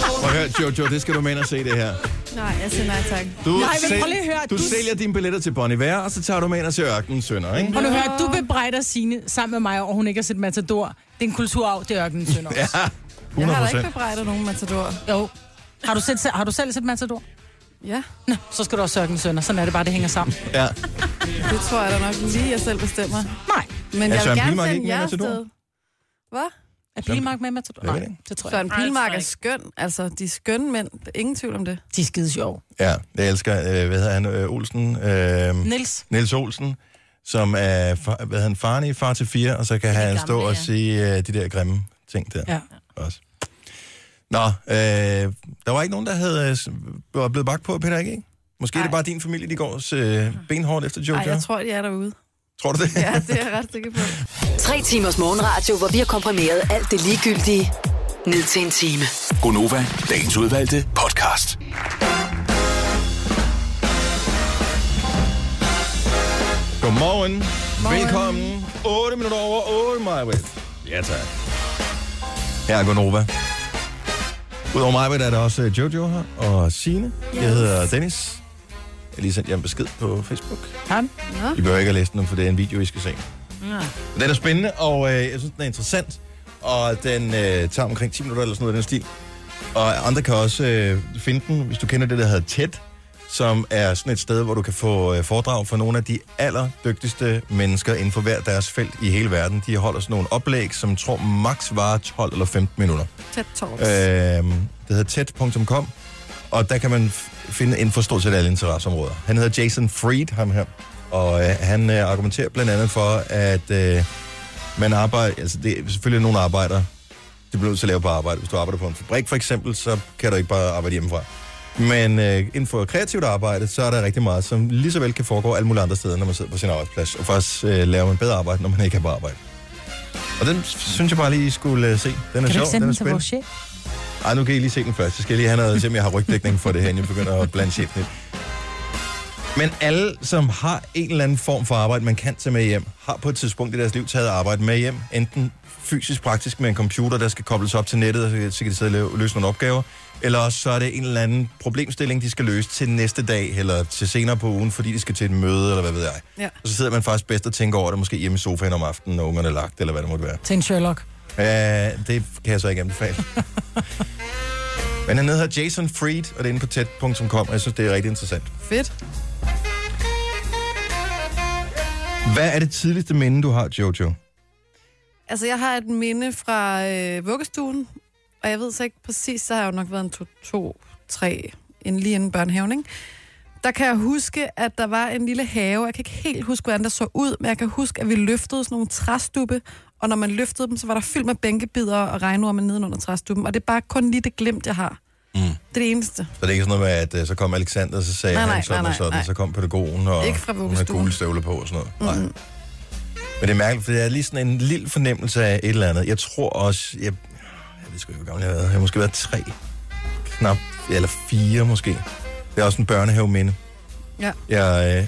A: Prøv at høre, Jojo, det skal du med ind og se det her.
B: Nej, jeg siger nej tak.
A: Du,
D: Nej, men
A: sæl-
D: prøv lige at høre,
A: du,
D: du-
A: sælger dine billetter til Bon Iver, og så tager du med ind og ser Ørken Sønder, ikke?
D: Prøv nu at høre, du bebrejder Signe sammen med mig, og hun ikke har set Matador. Det er en kulturarv, det er ørkenen sønder
A: Ja, 100%.
D: Jeg har da
B: ikke bebrejdet nogen Matador.
D: Jo. Har du, set, har du selv set Matador?
B: Ja.
D: Nå, så skal du også ørkenen sønder. Sådan er det bare, det hænger sammen.
A: Ja.
B: Det tror jeg da nok lige, jeg selv bestemmer.
D: Nej.
B: Men
D: Er
B: jeg
D: Søren
B: vil gerne
D: Pilmark ikke
B: sende
D: med
B: jer
D: Matador?
B: afsted. Hvad?
D: Er Pilmark med i Matador?
A: Jeg ved
D: Nej, det tror jeg
B: Søren
D: ikke. Nej,
B: Pilmark er
D: det
B: skøn. Altså, de er skønne mænd. Der er Ingen tvivl om det.
D: De er skide sjove.
A: Ja, jeg elsker, øh, hvad hedder han, øh, Olsen? Øh,
D: Niels.
A: Niels Olsen, som er, far, hvad hedder han, faren i Far til Fire, og så kan han stå og sige øh, de der grimme ting der.
D: Ja.
A: Også. Nå, øh, der var ikke nogen, der havde øh, s- var blevet bagt på, Peter, ikke? ikke? Måske Ej. er det bare din familie, de går øh, benhårdt efter Jojo.
B: Ej, jeg tror, de er derude.
A: tror du det?
B: Ja, det er jeg ret sikker på.
E: Tre timers morgenradio, hvor vi har komprimeret alt det ligegyldige ned til en time.
N: Gonova, dagens udvalgte podcast.
A: Godmorgen. Velkommen. 8 minutter over 8, Maja. Ja, tak. Her er Gonova. Udover mig arbejder er der også øh, Jojo her, og Signe. Jeg hedder Dennis. Jeg har lige sendt jer en besked på Facebook.
D: Han?
A: I behøver ikke at læse den, nu, for det er en video, I skal se.
D: Nå.
A: Den er spændende, og øh, jeg synes, den er interessant. Og den øh, tager omkring 10 minutter eller sådan noget i den stil. Og andre kan også øh, finde den, hvis du kender det, der hedder TED, som er sådan et sted, hvor du kan få øh, foredrag fra nogle af de allerdygtigste mennesker inden for hver deres felt i hele verden. De holder sådan nogle oplæg, som jeg tror maks varer 12 eller 15 minutter.
B: Tæt talks.
A: Øh, det hedder tæt.com, og der kan man f- finde en forståelse af alle interesseområder. Han hedder Jason Fried, ham her, og øh, han øh, argumenterer blandt andet for, at øh, man arbejder, altså det er selvfølgelig nogle arbejder, det bliver nødt til at lave på arbejde. Hvis du arbejder på en fabrik for eksempel, så kan du ikke bare arbejde hjemmefra. Men øh, inden for kreativt arbejde, så er der rigtig meget, som lige så vel kan foregå alle mulige andre steder, når man sidder på sin arbejdsplads, og faktisk øh, laver man bedre arbejde, når man ikke er på arbejde. Og den synes jeg bare lige, I skulle øh, se. Den er
D: Kan du
A: sjov,
D: ikke sende
A: den er
D: den til
A: spændende.
D: vores chef?
A: Ej, nu kan I lige se den først. Så skal jeg lige have noget, se om jeg har rygdækning for det her, inden jeg begynder at blande chefen lidt. Men alle, som har en eller anden form for arbejde, man kan tage med hjem, har på et tidspunkt i deres liv taget arbejde med hjem. Enten fysisk praktisk med en computer, der skal kobles op til nettet, og så- så kan de sidde og lave- løse nogle opgaver. Eller også så er det en eller anden problemstilling, de skal løse til næste dag, eller til senere på ugen, fordi de skal til et møde, eller hvad ved jeg.
B: Ja.
A: Og så sidder man faktisk bedst og tænker over det, måske hjemme i sofaen om aftenen, når ungerne er lagt, eller hvad det måtte være.
D: Til en Sherlock.
A: Ja, Øh, det kan jeg så ikke anbefale. Men han hedder Jason Fried, og det er inde på tæt.com, og jeg synes, det er rigtig interessant.
B: Fedt.
A: Hvad er det tidligste minde, du har, Jojo?
B: Altså, jeg har et minde fra øh, vuggestuen, og jeg ved så ikke præcis, så har jeg jo nok været en to, to tre, en lige inden børnehaven, ikke? Der kan jeg huske, at der var en lille have. Jeg kan ikke helt huske, hvordan der så ud, men jeg kan huske, at vi løftede sådan nogle træstubbe, og når man løftede dem, så var der fyldt med bænkebider og regnorme nedenunder træstubben, og det er bare kun lige det glimt, jeg har.
A: Mm.
B: Det er det eneste.
A: Så det er ikke sådan noget med, at øh, så kom Alexander, og så sagde
B: Nej,
A: nej,
B: nej,
A: han sådan
B: nej,
A: og sådan,
B: nej.
A: så kom pædagogen, og
B: Ikke fra
A: hun havde
B: vuggestuen. Mm-hmm.
A: gule støvler på og sådan noget. Nej. Men det er mærkeligt, for det er lige sådan en lille fornemmelse af et eller andet. Jeg tror også, jeg, jeg ved sgu ikke, hvor gammel jeg har været. Jeg har måske været tre, knap, eller fire måske. Det er også en børnehaveminde.
B: Ja.
A: Jeg, øh,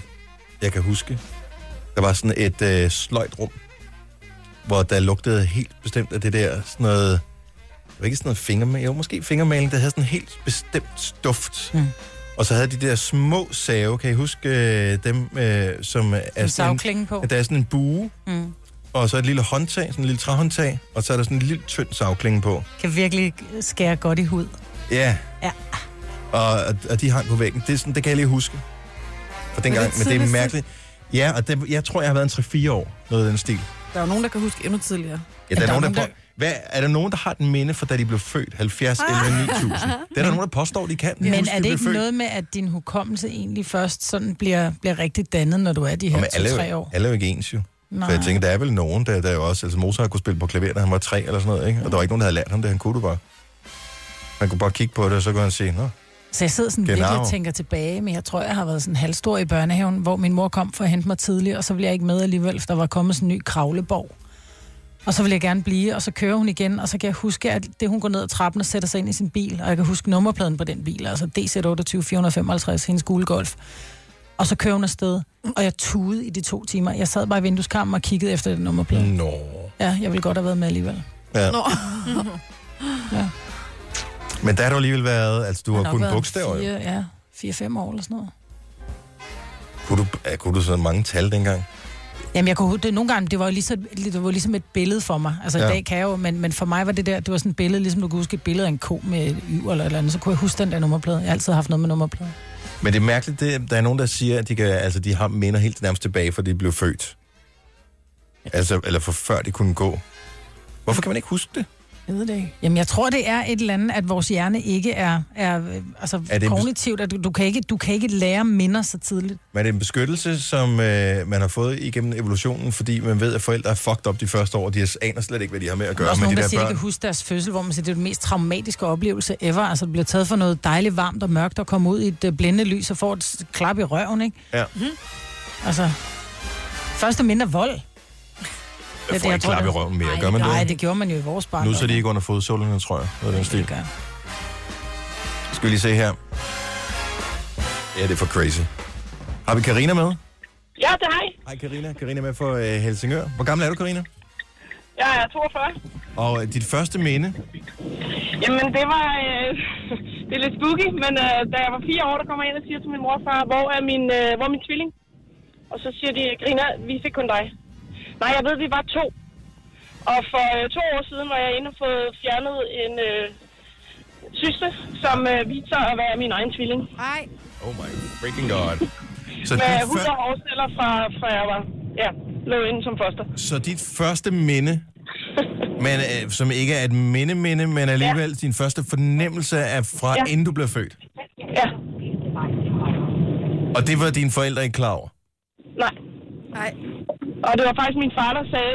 A: jeg kan huske, der var sådan et øh, sløjt rum, hvor der lugtede helt bestemt af det der sådan noget... Det var ikke sådan noget fingermaling, jo, måske fingermaling, der havde sådan en helt bestemt duft.
D: Mm.
A: Og så havde de der små save, kan I huske øh, dem, øh, som er
D: En
A: sådan en,
D: savklinge på.
A: at der er sådan en bue,
D: Mm.
A: og så et lille håndtag, sådan en lille træhåndtag, og så er der sådan en lille tynd savklinge på.
D: Kan virkelig skære godt i hud.
A: Ja.
D: Ja.
A: Og, og, og de hang på væggen. Det, er sådan, det kan jeg lige huske. For dengang, men det er
B: tidligt,
A: mærkeligt. Ja, og det, jeg tror, jeg har været en 3-4 år, noget af den stil.
B: Der er jo nogen, der kan huske endnu tidligere.
A: Ja, der er, nogen, der, der... Hvad, er der nogen, der har et minde for, da de blev født? 70, 11, 9000. Det er der nogen, der påstår, de kan.
D: Ah. Men
A: Husk, de
D: er det
A: blev
D: ikke
A: født.
D: noget med, at din hukommelse egentlig først sådan bliver, bliver rigtig dannet, når du er de
A: Og
D: her
A: men alle, er
D: 2-3
A: jo-
D: år?
A: alle er jo ikke ens jo. Nej.
D: Nej.
A: Så jeg tænker, der er vel nogen, der, der er jo også... Altså Mozart kunne spille på klaver, da han var tre eller sådan noget, ikke? Og der var ikke nogen, der havde lært ham det. Han kunne det bare. Man kunne bare kigge på det, og så kunne han sige, Nå,
D: Så jeg sidder sådan
A: Genau.
D: Genau. virkelig og tænker tilbage, men jeg tror, jeg har været sådan halvstor i børnehaven, hvor min mor kom for at hente mig tidligt, og så ville jeg ikke med alligevel, for der var kommet sådan en ny kravleborg. Og så ville jeg gerne blive, og så kører hun igen, og så kan jeg huske, at det hun går ned ad trappen og sætter sig ind i sin bil, og jeg kan huske nummerpladen på den bil, altså DC28455, hendes gule golf. Og så kører hun afsted, og jeg tude i de to timer. Jeg sad bare i vindueskarmen og kiggede efter den nummerplade.
A: Nå.
D: Ja, jeg ville godt have været med alligevel.
A: Ja.
B: Nå.
D: ja.
A: Men der har du alligevel været... Altså, du
D: Jeg
A: har
D: nok
A: kun
D: været
A: bogstaver, jo.
D: fire, Ja, 4-5 år eller sådan noget.
A: Kunne du, ja, kunne du sådan mange tal dengang?
D: Jamen, jeg kunne, hu- det, nogle gange, det var jo ligesom, det var ligesom et billede for mig. Altså, ja.
A: Ja.
D: i dag kan jeg jo, men, men for mig var det der, det var sådan et billede, ligesom du kunne huske et billede af en ko med et y eller et eller andet, så kunne jeg huske den der nummerplade. Jeg har altid haft noget med nummerplade.
A: Men det er mærkeligt, det, der er nogen, der siger, at de, kan, altså, de har minder helt nærmest tilbage, for de blev født. Altså, eller for før de kunne gå. Hvorfor kan man ikke huske det?
D: Jeg ved det ikke. Jamen, jeg tror, det er et eller andet, at vores hjerne ikke er, er øh, altså,
A: Er
D: er
A: det en bes-
D: det kognitivt, at du, du, kan ikke, du kan ikke lære minder så tidligt.
A: Men er det en beskyttelse, som øh, man har fået igennem evolutionen, fordi man ved, at forældre er fucked op de første år, de aner slet ikke, hvad de har med at
D: Der er
A: gøre
D: også
A: med
D: nogen,
A: de
D: der,
A: der
D: siger, de
A: børn.
D: kan huske deres fødsel, hvor man siger, det er den mest traumatiske oplevelse ever. Altså, du bliver taget for noget dejligt varmt og mørkt og kommer ud i et øh, blændende lys og får et s- klap i røven, ikke? Mhm.
A: Ja.
D: Altså, først og mindre vold.
A: Jeg får ikke klap i røven mere. Gør man det?
D: Nej, det gjorde man jo i vores barn.
A: Nu så de ikke under fodsålerne, tror jeg. Noget af den stil. Skal vi lige se her. Ja, det er for crazy. Har vi Karina med?
G: Ja, det er hej.
A: Hej Karina. Karina med fra øh, Helsingør. Hvor gammel er du, Karina?
G: Jeg er 42.
A: Og øh, dit første minde?
M: Jamen, det var... Øh, det er lidt spooky, men øh, da jeg var fire år, der kommer jeg ind og siger til min mor og far, hvor er min, øh, hvor er min tvilling? Og så siger de, griner, vi fik kun dig. Nej, jeg ved, vi var to. Og for øh, to år siden var jeg inde og fået fjernet en øh, syste, som øh, viste sig at være min egen tvilling.
B: Nej.
A: Oh my freaking god. Så
M: Så med
A: dit,
M: hud
A: før,
M: og hårceller fra, fra jeg var, ja, lå inde som foster.
A: så dit første minde, men, øh, som ikke er et minde-minde, men alligevel din første fornemmelse er fra
M: Ja.
A: ja. inden du blev født.
M: Ja,
A: Og det var dine forældre ikke klar over.
M: nej.
B: Nej.
M: Og det var faktisk min far, der sagde,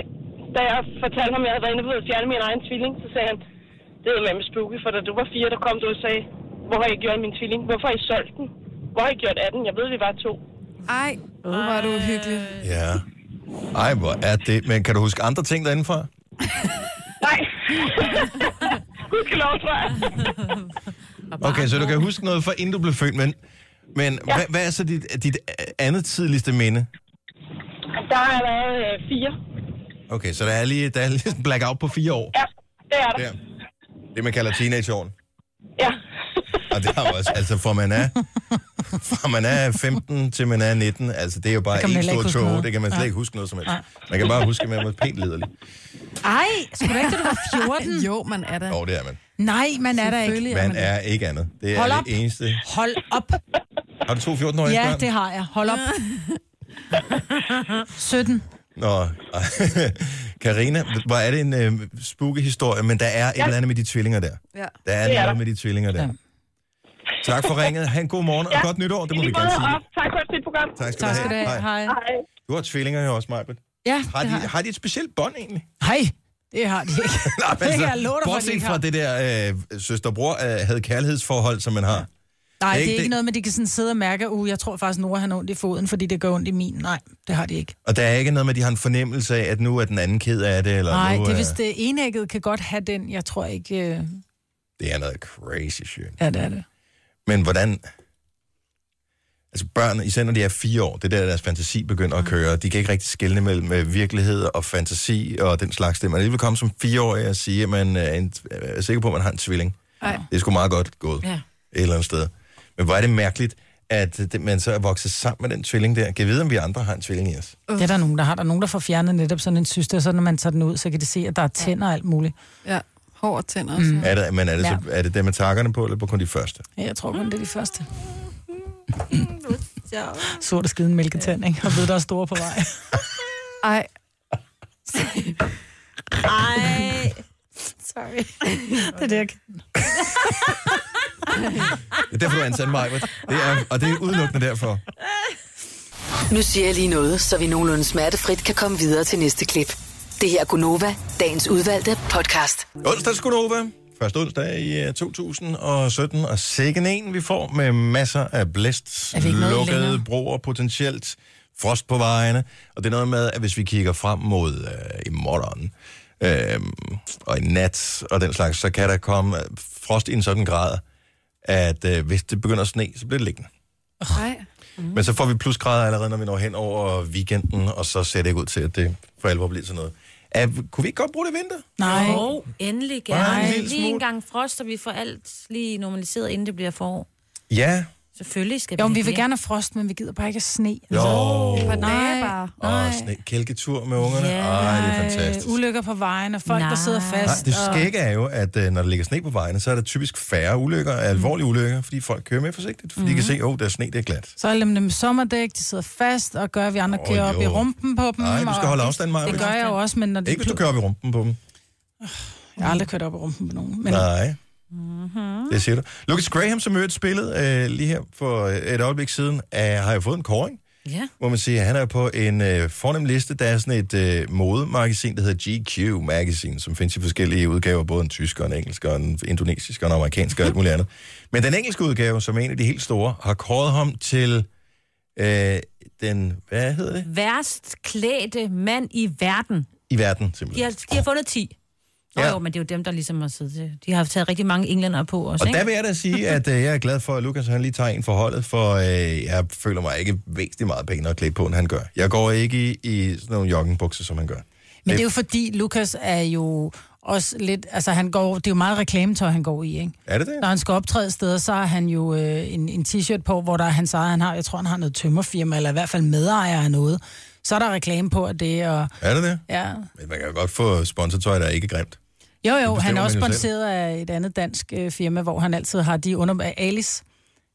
M: da jeg fortalte ham, at jeg havde været inde ved at fjerne min egen tvilling, så sagde han, det er med spooky, for da du var fire, der kom du og sagde, hvor har I gjort min tvilling? Hvorfor har I solgt den? Hvor har I gjort af den? Jeg ved, vi var to.
B: Ej, hvor var du hyggelig.
A: Ja. Ej, hvor er det. Men kan du huske andre ting derindefra?
M: Nej. Gudskelov, tror jeg.
A: Okay, så du kan huske noget fra inden du blev født, men, men ja. hvad, hvad er så dit, dit andet tidligste minde?
M: Der har jeg været øh, fire.
A: Okay, så der er lige, der er lige en blackout på fire år.
M: Ja, det er der.
A: Der. Det, man kalder teenageåren.
M: Ja.
A: Og det har jo også, altså fra man er, fra man er 15 til man er 19, altså det er jo bare
D: Det kan man
A: en
D: heller
A: stor
D: ikke huske
A: tog,
D: noget.
A: det kan man slet
D: Nej.
A: ikke huske noget som helst.
D: Nej.
A: Man kan bare huske, at man var pænt liderlig.
D: Ej, skulle du ikke, da du var 14?
B: jo, man er da.
A: Jo, det er man.
D: Nej, man er der ikke.
A: Man er ikke andet. Det er
D: Hold op.
A: det eneste.
D: Hold op.
A: Har du to 14-årige
D: Ja,
A: børn?
D: det har jeg. Hold op. 17.
A: Nå, Karina, hvor er det en øh, spooky historie, men der er et
D: Ja.
A: eller andet med de tvillinger der.
B: Ja.
A: Der er
M: Det er
A: noget
M: der.
A: med de tvillinger der. Tak for ringet. Ha' en god morgen og godt nytår. Det må vi gerne sige.
M: Tak for et fedt program.
A: Tak skal du Tak skal have. du have.
D: Hej.
M: Hej.
A: Du har tvillinger her også, Majbet.
D: Ja,
A: Har
D: det har
A: de,
D: jeg.
A: har de et specielt bånd egentlig?
D: Hej, det har de ikke.
A: Nej, men
D: Det kan jeg love dig for, at de
A: bortset
D: ikke
A: fra
D: har.
A: det der øh, søsterbror øh, havde kærlighedsforhold, som man har.
D: Nej,
A: Det er
D: det er
A: ikke
D: ikke
A: det.
D: noget med, at de kan sådan sidde og mærke, uh, jeg tror faktisk, Nora har ondt i foden, fordi det gør ondt i min. Nej, det har de ikke.
A: Og der er ikke noget med, at de har en fornemmelse af, at nu er den anden ked af det. Eller
D: Nej,
A: nu,
D: det er
A: øh,
D: hvis det enægget kan godt have den. Jeg tror ikke... Øh...
A: det er noget crazy shit.
D: Ja, det er det.
A: Men hvordan... Altså børn, især når de er fire år, det er der, deres fantasi begynder
D: Mm.
A: at køre. De kan ikke rigtig skelne mellem øh, virkelighed og fantasi og den slags. Det man alligevel komme som fireårig og sige, at man øh, er, en, er sikker på, at man har en tvilling.
B: Ej.
A: Det er sgu meget godt gået
B: Ja.
A: et eller andet sted. Men hvor er det mærkeligt, at øh, det- man så er vokset sammen med den tvilling der. Kan vide, om vi andre har en tvilling i os?
D: Det er der nogen, der har. Der er nogen, der får fjernet netop sådan en syster, så når man tager den ud, så kan de se, at der er tænder og alt muligt.
B: Ja, hår og tænder. Mm.
A: Er det, men er det, så, er det dem med takkerne på, eller på kun de første?
D: Ja, jeg tror kun, det er de første. Sort og skiden mælketand, ikke? Og ved, der er store på vej.
B: Ej.
C: Ej.
D: Sorry. det er det, jeg kan.
A: Det er derfor, du ansat mig. Det er, og det er udelukkende derfor.
E: Nu siger jeg lige noget, så vi nogenlunde smertefrit kan komme videre til næste klip. Det her er Gunova, dagens udvalgte podcast.
A: Onsdag skulle du være. Første onsdag i øh, 2017, og sikken en, vi får med masser af blæst,
D: Er vi ikke nået
A: lukkede
D: længere?
A: broer potentielt, frost på vejene, og det er noget med, at hvis vi kigger frem mod øh, i morgen øh, og i nat og den slags, så kan der komme øh, frost i en sådan grad, at øh, hvis det begynder at sne, så bliver det liggende.
B: Ej.
D: Mhm.
A: Mm. Men så får vi plusgrader allerede, når vi når hen over weekenden, og så ser det ikke ud til, at det for alvor bliver sådan noget. Uh, kunne vi ikke godt bruge det vinter?
D: Nej.
C: Jo, endelig
A: Bare en
C: gerne.
A: lille
C: Lige
A: smule.
C: en gang frost, så vi får alt lige normaliseret, inden det bliver forår.
A: Ja.
C: Selvfølgelig skal
D: Jo,
C: vi
D: men vi vil gerne have frost, men vi gider bare ikke have sne.
A: Jo.
B: På nej.
A: Og sne, kælketur med ungerne.
D: Ja.
A: Ej, det er fantastisk.
D: Øh, ulykker på vejen, og folk, Nej. der sidder
A: Nej,
D: fast.
A: det
D: og-
A: skægge er jo, at øh, når der ligger sne på vejene, så er der typisk færre
D: Mm.
A: ulykker, alvorlige ulykker, fordi folk kører mere forsigtigt, fordi de kan se, at oh, der er sne, det er glat.
D: Så er dem dem sommerdæk, de sidder fast og gør, at vi andre
A: Åh,
D: oh, kører op
A: jo.
D: i rumpen på dem.
A: Nej, du skal
D: og-
A: holde afstand, Maja.
D: Det gør jeg jo også, men når de
A: Ikke hvis du kører op i rumpen på dem.
D: Jeg har aldrig kørt op i rumpen på nogen. Men
A: Nej.
D: Mm.
A: Det siger du. Lucas Graham, som øvrigt spillede øh, lige her for øh, et øjeblik siden, er, har jo fået en koring,
C: Ja.
A: hvor man siger, at han er på en øh, fornem liste. Der er sådan et øh, modemagasin, der hedder GQ Magazine, som findes i forskellige udgaver, både en tysk og en engelsk og en indonesisk og en amerikansk og alt muligt andet. Men den engelske udgave, som er en af de helt store, har kåret ham til øh, den, hvad hedder det?
C: Værst klædte mand i verden.
A: I verden,
C: De
A: simpelthen.
C: har, de har fundet 10. Nå,
A: Ja.
C: ja. jo, men det er jo dem, der ligesom har siddet til. De har taget rigtig mange englænder på også,
A: Og
C: ikke?
A: der vil jeg da sige, at øh, jeg er glad for, at Lukas han lige tager en for holdet, for øh, jeg føler mig ikke væsentligt meget pænere klædt på, end han gør. Jeg går ikke i, i sådan nogle joggingbukser, som han gør.
D: Men det er jo fordi, Lukas er jo også lidt, altså han går, det er jo meget reklametøj, han går i, ikke?
A: Er det det?
D: Når han skal optræde steder, så har han jo øh, en, en t-shirt på, hvor der er hans eget, han har, jeg tror, han har noget tømmerfirma, eller i hvert fald medejer af noget. Så er der reklame på, at det er, og...
A: Er det det?
D: Ja.
A: Men man kan jo godt få sponsortøj, der er ikke grimt.
D: Jo,
A: Det
D: jo, han
A: bestemmer
D: er også
A: man jo selv.
D: sponsoreret af et andet dansk øh, firma, hvor han altid har de under... af Alice.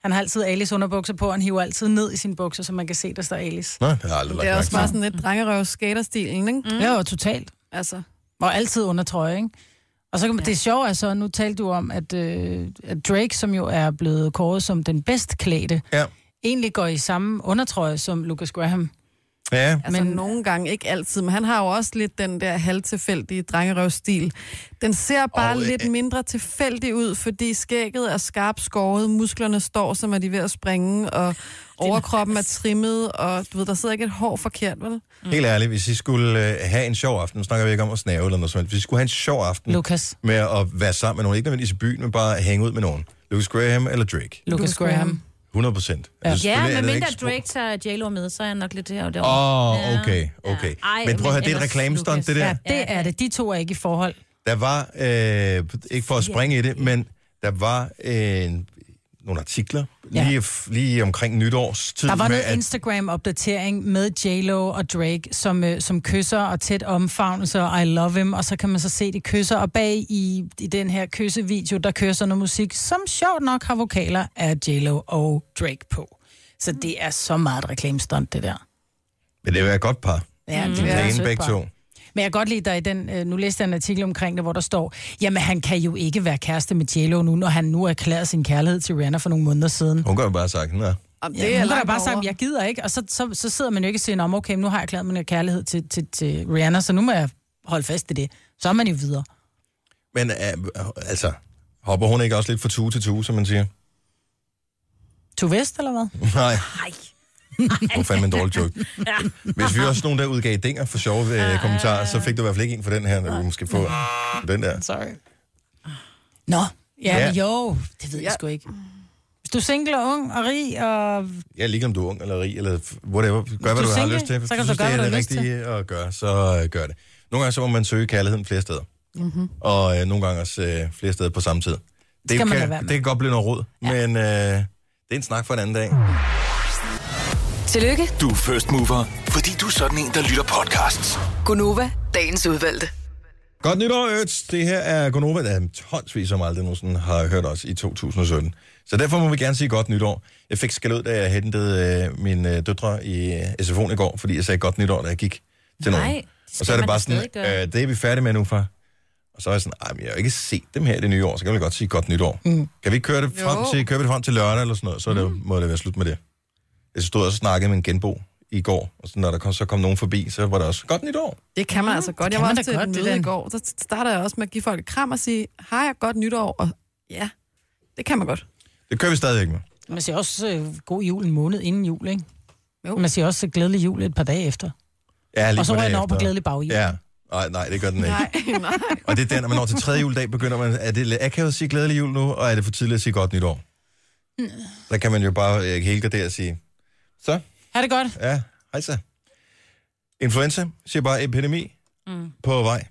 D: Han har altid Alice underbukser på, og han hiver altid ned i sine bukser, så man kan se, der står Alice.
A: Nå, det har jeg aldrig
B: Det
A: lagt
B: er
A: mærke
B: også
A: til.
B: bare sådan lidt drengerøv-skaterstilen, ikke? Mm.
D: Ja, jo, totalt.
B: Altså.
D: Og altid under trøje, ikke? Og så kan man, ja. det sjove er så, nu talte du om, at, øh, at Drake, som jo er blevet kåret som den bedst klædte,
A: ja.
D: egentlig går i samme undertrøje som Lucas Graham.
A: Ja.
B: Altså men, nogle gange, ikke altid, men han har jo også lidt den der halvtilfældige drengerøvstil. Den ser bare og, lidt øh, mindre tilfældig ud, fordi skægget er skarpt skåret, musklerne står, som er de ved at springe, og overkroppen er trimmet, og du ved, der sidder ikke et hår forkert, vel?
C: Mm.
A: Helt ærligt, hvis I skulle øh, have en sjov aften, nu snakker vi ikke om at snave eller noget som helst, hvis I skulle have en sjov aften
D: Lucas.
A: med at være sammen med nogen, ikke nødvendigvis i byen, men bare hænge ud med nogen. Lucas Graham eller Drake?
D: Lucas Graham.
A: 100 procent. Altså,
C: Ja, men mindre Drake tager J-Lo med, så er jeg nok lidt her og derovre.
A: Åh,
C: Ja.
A: oh, okay, okay.
C: Ej,
A: men prøv at høre,
C: men
A: det er et
C: ellers,
A: reklamestunt, det der.
D: Ja, det er det. De to er ikke i forhold.
A: Der var, øh, ikke for at springe i det, men der var øh, nogle artikler
D: Ja.
A: lige, f- lige omkring nytårs tid.
D: Der var
A: med,
D: noget Instagram-opdatering med J-Lo og Drake, som, øh, som kysser og tæt omfavnelse, og I love him, og så kan man så se, de kysser, og bag i, i den her kyssevideo, der kører så noget musik, som sjovt nok har vokaler af J-Lo og Drake på. Så det er så meget et reklamestunt, det der.
A: Men det var et godt par. Mm.
D: Ja,
A: de
D: det er et sødt
A: er begge
D: par.
A: to.
D: Men jeg kan godt lide dig i den, øh, nu læste jeg en artikel omkring det, hvor der står, jamen han kan jo ikke være kæreste med J-Lo nu, når han nu erklærer sin kærlighed til Rihanna for nogle måneder siden.
A: Hun kan jo bare have sagt, nej.
D: Ja,
B: det
D: det
B: er
D: er hun kan da
B: langt
D: bare
B: over.
D: sagt, jeg gider ikke, og så, så, så sidder man jo ikke og siger, om okay, nu har jeg erklæret min kærlighed til, til, til Rihanna, så nu må jeg holde fast i det. Så er man jo videre.
A: Men øh, altså, hopper hun ikke også lidt fra tue til tue, som man siger?
D: To vest, eller hvad?
A: Nej,
C: Nej.
A: det var fandme en dårlig joke. Hvis vi også nogen, der udgav dinger for sjove
D: Ah.
A: øh, kommentarer, så fik du i hvert fald ikke en for den her, når du måske få den der.
D: Sorry. Nå,
A: Ja.
D: ja, ja. jo, det ved jeg sgu ikke. Hvis du er single og ung og rig, og
A: Ja, ligegyldigt om du er ung eller rig, eller whatever. Gør, hvad
D: du
A: du, har
D: single,
A: lyst til. Hvis
D: så
A: du
D: kan du
A: synes,
D: gøre,
A: det er
D: hvad
A: det
D: du har lyst
A: rigtige at gøre, så øh, gør det. Nogle gange så må man søge kærligheden flere steder.
D: mm-hmm.
A: og øh, nogle gange også øh, flere steder på samme tid. Det,
D: skal man
A: kan,
D: lade være med.
A: det kan godt blive noget råd, ja. men øh, det er en snak for en anden dag.
E: Tillykke,
N: Du er first mover, fordi du er sådan en, der lytter podcasts.
E: Gunova, dagens udvalgte.
A: Godt nytår, Øts. Det her er Gonova, der er tonsvis, som aldrig nogensinde har hørt os i 2017. Så derfor må vi gerne sige godt nytår. Jeg fik skal ud, da jeg hentede øh, mine øh, døtre i øh, SFO'en i går, fordi jeg sagde godt nytår, da jeg gik til
C: Nej,
A: nogen.
C: det
A: Og
C: skal
A: så er det
C: man
A: bare
C: da
A: sådan,
C: stadig gøre.
A: øh, det er vi færdige med nu, far. Og så er jeg sådan, ej, men jeg har jo ikke set dem her i det nye år, så kan vi godt sige godt nytår. Mm. Kan vi ikke køre det
B: Jo.
A: frem til, køre det frem til lørdag eller sådan noget, så er det, mm. må det være slut med det. Jeg stod og snakkede med en genbo i går, og så når der kom, så kom nogen forbi, så var det også godt nytår.
B: Det kan man altså godt.
D: det
B: Jeg
D: kan
B: var
D: man
B: også
D: da
B: til
D: godt,
B: et
D: det
B: møde
D: der.
B: i går, så starter jeg også med at give folk et kram og sige, har jeg godt nytår, og ja, det kan man godt.
A: Det kører vi stadigvæk med.
D: man siger også øh, god jul en måned inden jul, ikke?
B: Jo.
D: Man siger også glædelig jul et par dage efter.
A: Ja, lige
D: Og så
A: på
D: rører den
A: dagen
D: over på
A: efter.
D: glædelig baghjul.
A: Ja. Nej, nej, det gør den ikke. Nej.
B: nej.
A: Og det er der, når man når til tredje juledag, begynder man, er det lidt akavet at sige glædelig jul nu, og er det for tidligt at sige godt nytår? Der kan man jo bare øh, helgardere og sige, så,
D: Er det godt?
A: ja, hej så. Influenza, siger bare epidemi
C: Mm.
A: på vej.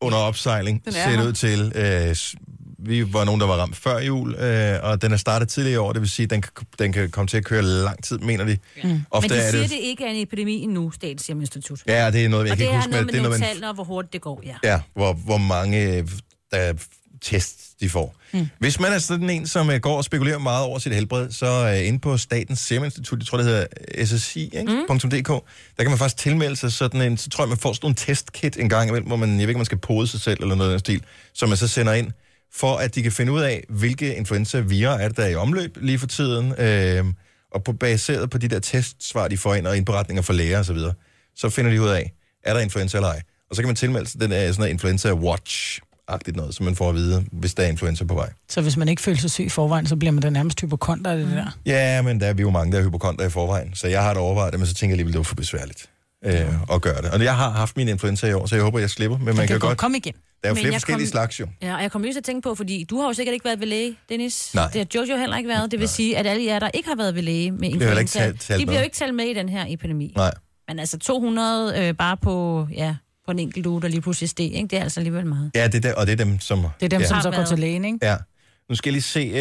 A: Under opsejling,
C: Den er
A: ser det
C: her.
A: ud til. Øh, s- vi var nogen, der var ramt før jul, øh, og den er startet tidligere i år, det vil sige, at den, kan- den kan komme til at køre lang tid, mener de.
C: Mm.
A: Ofte
C: men de
A: er
C: siger,
A: det-
C: det... det ikke er en epidemi endnu, Statens Serum Institut.
A: Ja, det er noget, jeg kan
C: og det
A: ikke
C: er
A: huske, men
C: noget med
A: det er
C: nogle
A: noget, man
C: tal, og hvor hurtigt det går, ja.
A: Ja, hvor, hvor mange øh, der test de får. Mm. Hvis man er sådan en, som øh, går og spekulerer meget over sit helbred, så øh, inde på Statens Serum Institut, jeg tror det hedder øh, ssi.dk, mm. der kan man faktisk tilmelde sig sådan en, så tror jeg, man får sådan en testkit en gang imellem, hvor man, jeg ved ikke, om man skal pode sig selv eller noget af den stil, som man så sender ind, for at de kan finde ud af, hvilke influenza-virer er det, der er i omløb lige for tiden, øh, og på, baseret på de der testsvar, de får ind, og indberetninger fra læger osv., så finder de ud af, er der influenza eller ej. Og så kan man tilmelde sig den er sådan noget influenza watch-agtigt noget, så man får at vide, hvis der er influenza på vej.
D: Så hvis man ikke føler sig syg i forvejen, så bliver man da nærmest hypokonter af det
B: Mm.
D: der.
A: Ja, men der er vi jo mange, der er hypokonter i forvejen, så jeg har da overvejet det, men så tænker jeg alligevel, det var for besværligt øh, at gøre det. Og jeg har haft min influenza i år, så jeg håber, jeg slipper, men man kan,
D: kan
A: jo
D: godt
A: godt...
D: komme igen.
A: Der er jo
C: Men
A: flere
C: jeg
A: forskellige
C: kom-
A: slags jo.
C: Ja, og jeg kommer lige til at tænke på, fordi du har jo sikkert ikke været ved læge, Dennis.
A: Nej.
C: Det har Jojo heller ikke været. Det vil sige, at alle jer, der ikke har været ved læge med
A: bliver heller ikke
C: influenza,
A: talt- talt
C: de bliver
A: med.
C: jo ikke talt med i den her epidemi.
A: Nej.
C: Men altså 200 øh, bare på, ja, på en enkelt uge, der lige pludselig steg. Ikke? Det er altså alligevel meget.
A: Ja, det er, der, og det er dem, som...
C: Det er dem,
A: ja.
C: som så Har går været. til lægen, ikke?
A: Ja. Nu skal jeg lige se, øh,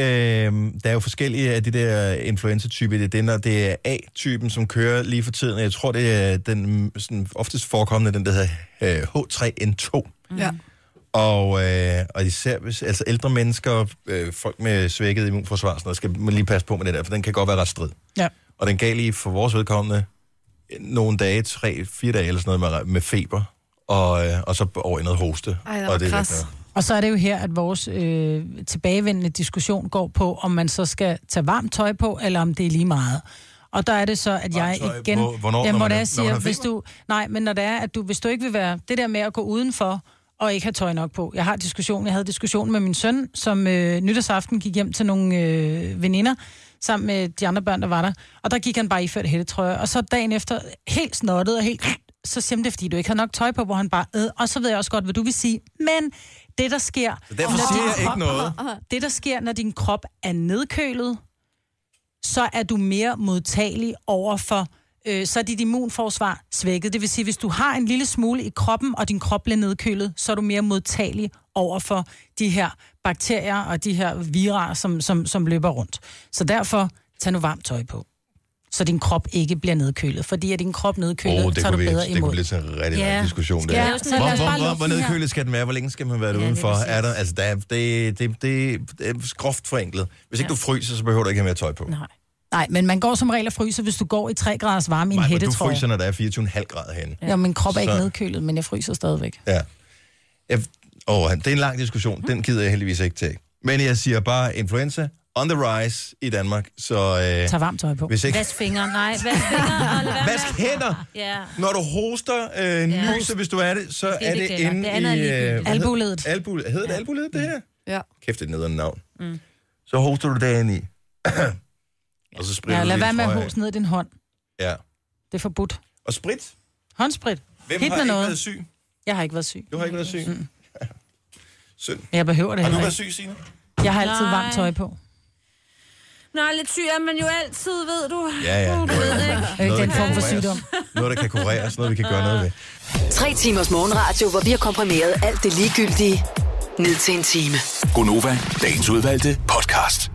A: der er jo forskellige af de der influenza-typer. Det er den, der det er A-typen, som kører lige for tiden. Jeg tror, det er den mm, sådan, oftest forekommende, den der hedder øh, H3N2.
B: Ja.
A: Og, øh, og især hvis altså ældre mennesker, øh, folk med svækket immunforsvar, sådan noget, skal man lige passe på med det der, for den kan godt være ret strid.
D: Ja.
A: Og den gav lige for vores vedkommende øh, nogle dage, tre, fire dage eller sådan noget med, med feber, og, øh, og så over i noget hoste. og er ikke noget.
D: Og så er det jo her, at vores øh, tilbagevendende diskussion går på, om man så skal tage varmt tøj på, eller om det er lige meget. Og der er det så, at jeg
A: tøj
D: igen...
A: på, hvornår,
D: ja,
A: når
D: hvor
A: man
D: det
A: er- når
D: er,
A: man
D: jeg siger,
A: er
D: hvis du... Nej, men når det er, at du, hvis du ikke vil være det der med at gå udenfor og ikke have tøj nok på. Jeg har diskussion, jeg havde diskussion med min søn, som øh, nytårsaften gik hjem til nogle øh, veninder, sammen med de andre børn, der var der. Og der gik han bare iført hættetrøje. Og så dagen efter, helt snottet og helt... Så simpelthen det, er, fordi du ikke har nok tøj på, hvor han bare... Øh, og så ved jeg også godt, hvad du vil sige. Men det, der sker...
A: Så derfor
D: når
A: siger jeg
D: din
A: ikke noget.
D: Det, der sker, når din krop er nedkølet, så er du mere modtagelig over for, øh, så er dit immunforsvar svækket. Det vil sige, hvis du har en lille smule i kroppen, og din krop bliver nedkølet, så er du mere modtagelig over for de her bakterier og de her virer, som, som, som løber rundt. Så derfor, tag nu varmt tøj på, så din krop ikke bliver nedkølet. Fordi er din krop nedkølet,
A: Åh,
D: oh,
A: det,
D: tager du
A: kunne vi,
D: bedre
A: det
D: imod.
A: kunne blive sådan en rigtig
D: Ja.
A: lang diskussion. Der.
D: Ja,
A: Ja,
D: så lad os
A: hvor, hvor,
D: bare
A: hvor,
D: lukke
A: hvor
D: den her.
A: nedkølet skal den være? Hvor længe skal man være udenfor? Er der, altså, der, er- det, det, det, det er groft forenklet. Hvis ikke du fryser, så behøver du ikke have mere tøj på. Nej,
D: Nej, men man går som regel og fryser, hvis du går i 3 graders varme i en
A: men du
D: hættetrøje.
A: fryser, når der er 24,5 grader herinde.
D: Ja, min krop er ikke
A: Så-
D: nedkølet, men jeg fryser stadigvæk.
A: Ja. Jeg, åh, det er en lang diskussion. Den gider jeg heldigvis ikke tage. Men jeg siger bare, influenza on the rise i Danmark. Så, øh,
D: Tag varmt tøj på.
A: Hvis ikke,
C: Vask fingre, nej, vask fingre. og lad være med
A: Vask
C: at-
A: hænder.
C: Ja.
A: Når du hoster, øh,
C: Ja.
A: nyser, hvis du er det, så
C: Det
A: det
C: er
A: er
C: det,
A: det,
C: gælder.
A: inde
C: Det andet er
A: i... øh,
C: ligegyldigt.
A: hvad
C: Albuledet.
A: Hedder, albule, hedder det albuledet, det her?
B: Ja.
A: Kæft, det er et nederen navn.
C: Mm.
A: Så hoster du dagen i. og så spritter
D: Ja,
A: du
D: lad
A: lige
D: være med
A: trøje
D: at
A: af.
D: hose ned i din hånd.
A: Ja.
D: Det er forbudt.
A: Og sprit?
D: Håndsprit.
A: Hvem
D: Hit
A: har
D: med
A: ikke
D: noget.
A: været syg?
D: Jeg har ikke været syg.
A: Du har ikke været syg? Mm. Synd.
D: Men jeg behøver det
A: Har du
D: heller
A: været
D: ikke.
A: syg, Signe?
D: Jeg har altid
C: Nej.
D: varmt tøj på.
C: Nej, lidt syg er man jo altid, ved du.
A: Ja, ja.
C: Du
A: Det er
C: ved
A: jo-
C: ikke.
A: noget, der
E: den
A: kan
E: form for
A: kureres.
E: sygdom.
A: Noget, der kan kureres, noget, vi kan gøre noget ved.
E: Tre timers morgenradio, hvor vi har komprimeret alt det ligegyldige ned til en time.
N: Gonova, dagens udvalgte podcast.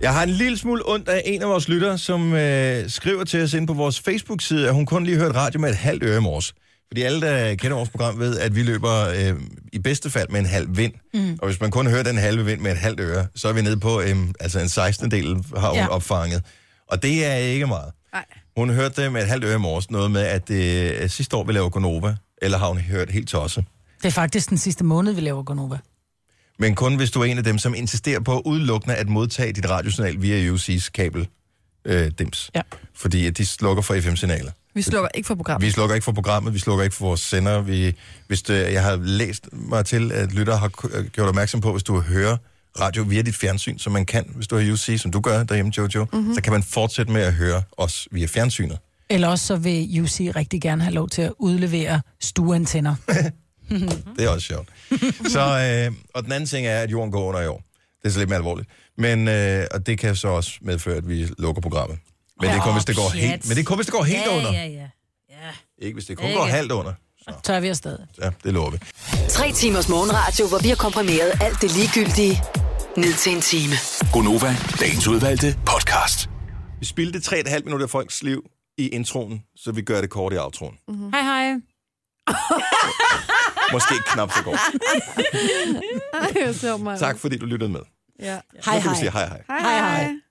A: Jeg har en lille smule ondt af en af vores lyttere, som øh, skriver til os ind på vores Facebook-side, at hun kun lige hørte radio med et halvt øre i morges. Fordi alle, der kender vores program, ved, at vi løber øh, i bedste fald med en halv vind. Mm. Og hvis man kun hører den halve vind med et halvt øre, så er vi nede på øh, altså en 16. del, har hun
B: Ja.
A: ja. opfanget. Og det er ikke meget.
B: Nej.
A: Hun hørte det med et halvt øre i morges, noget med, at øh, sidste år vi lavede Gonova, eller har hun hørt helt tosset.
D: Det er faktisk den sidste måned, vi laver Gonova.
A: Men kun hvis du er en af dem, som insisterer på udelukkende at modtage dit radiosignal via UC's kabel. Øh, dims.
D: Ja.
A: Fordi at de slukker for FM-signaler.
B: Vi slukker ikke for programmet.
A: Vi slukker ikke for programmet, vi slukker ikke for vores sender. Vi, hvis det, jeg har læst mig til, at lytter har k- øh, gjort opmærksom på, hvis du hører radio via dit fjernsyn, som man kan, hvis du har UC, som du gør derhjemme, Jojo, mm-hmm. så kan man fortsætte med at høre os via fjernsynet.
D: Eller også så vil UC rigtig gerne have lov til at udlevere stueantenner.
B: Mhm.
A: Det er også sjovt. så, øh, og den anden ting er, at jorden går under i år. Det er så lidt mere alvorligt. Men, øh, og det kan så også medføre, at vi lukker programmet. Men, det er kun, hvis det går
D: Åh,
A: helt,
D: pjat.
A: men det er kun, hvis det går helt
D: Ja,
A: under.
D: ja,
C: ja.
A: Ikke hvis det kun
E: Ikke.
A: går halvt under.
D: Tør vi afsted.
A: Ja, det lover vi.
E: Tre timers morgenradio, hvor vi har komprimeret alt det ligegyldige ned til en time.
N: Gonova, dagens udvalgte podcast.
A: Vi spildte 3,5 minutter af folks liv i introen, så vi gør det kort i outroen.
D: Mm-hmm. Hej, hej.
A: Måske ikke knap så godt.
B: Ej, hvor sjovt, Maja.
A: Tak fordi du lyttede med.
B: Ja.
A: Nu kan vi sige hej hej.
B: Hej, hej.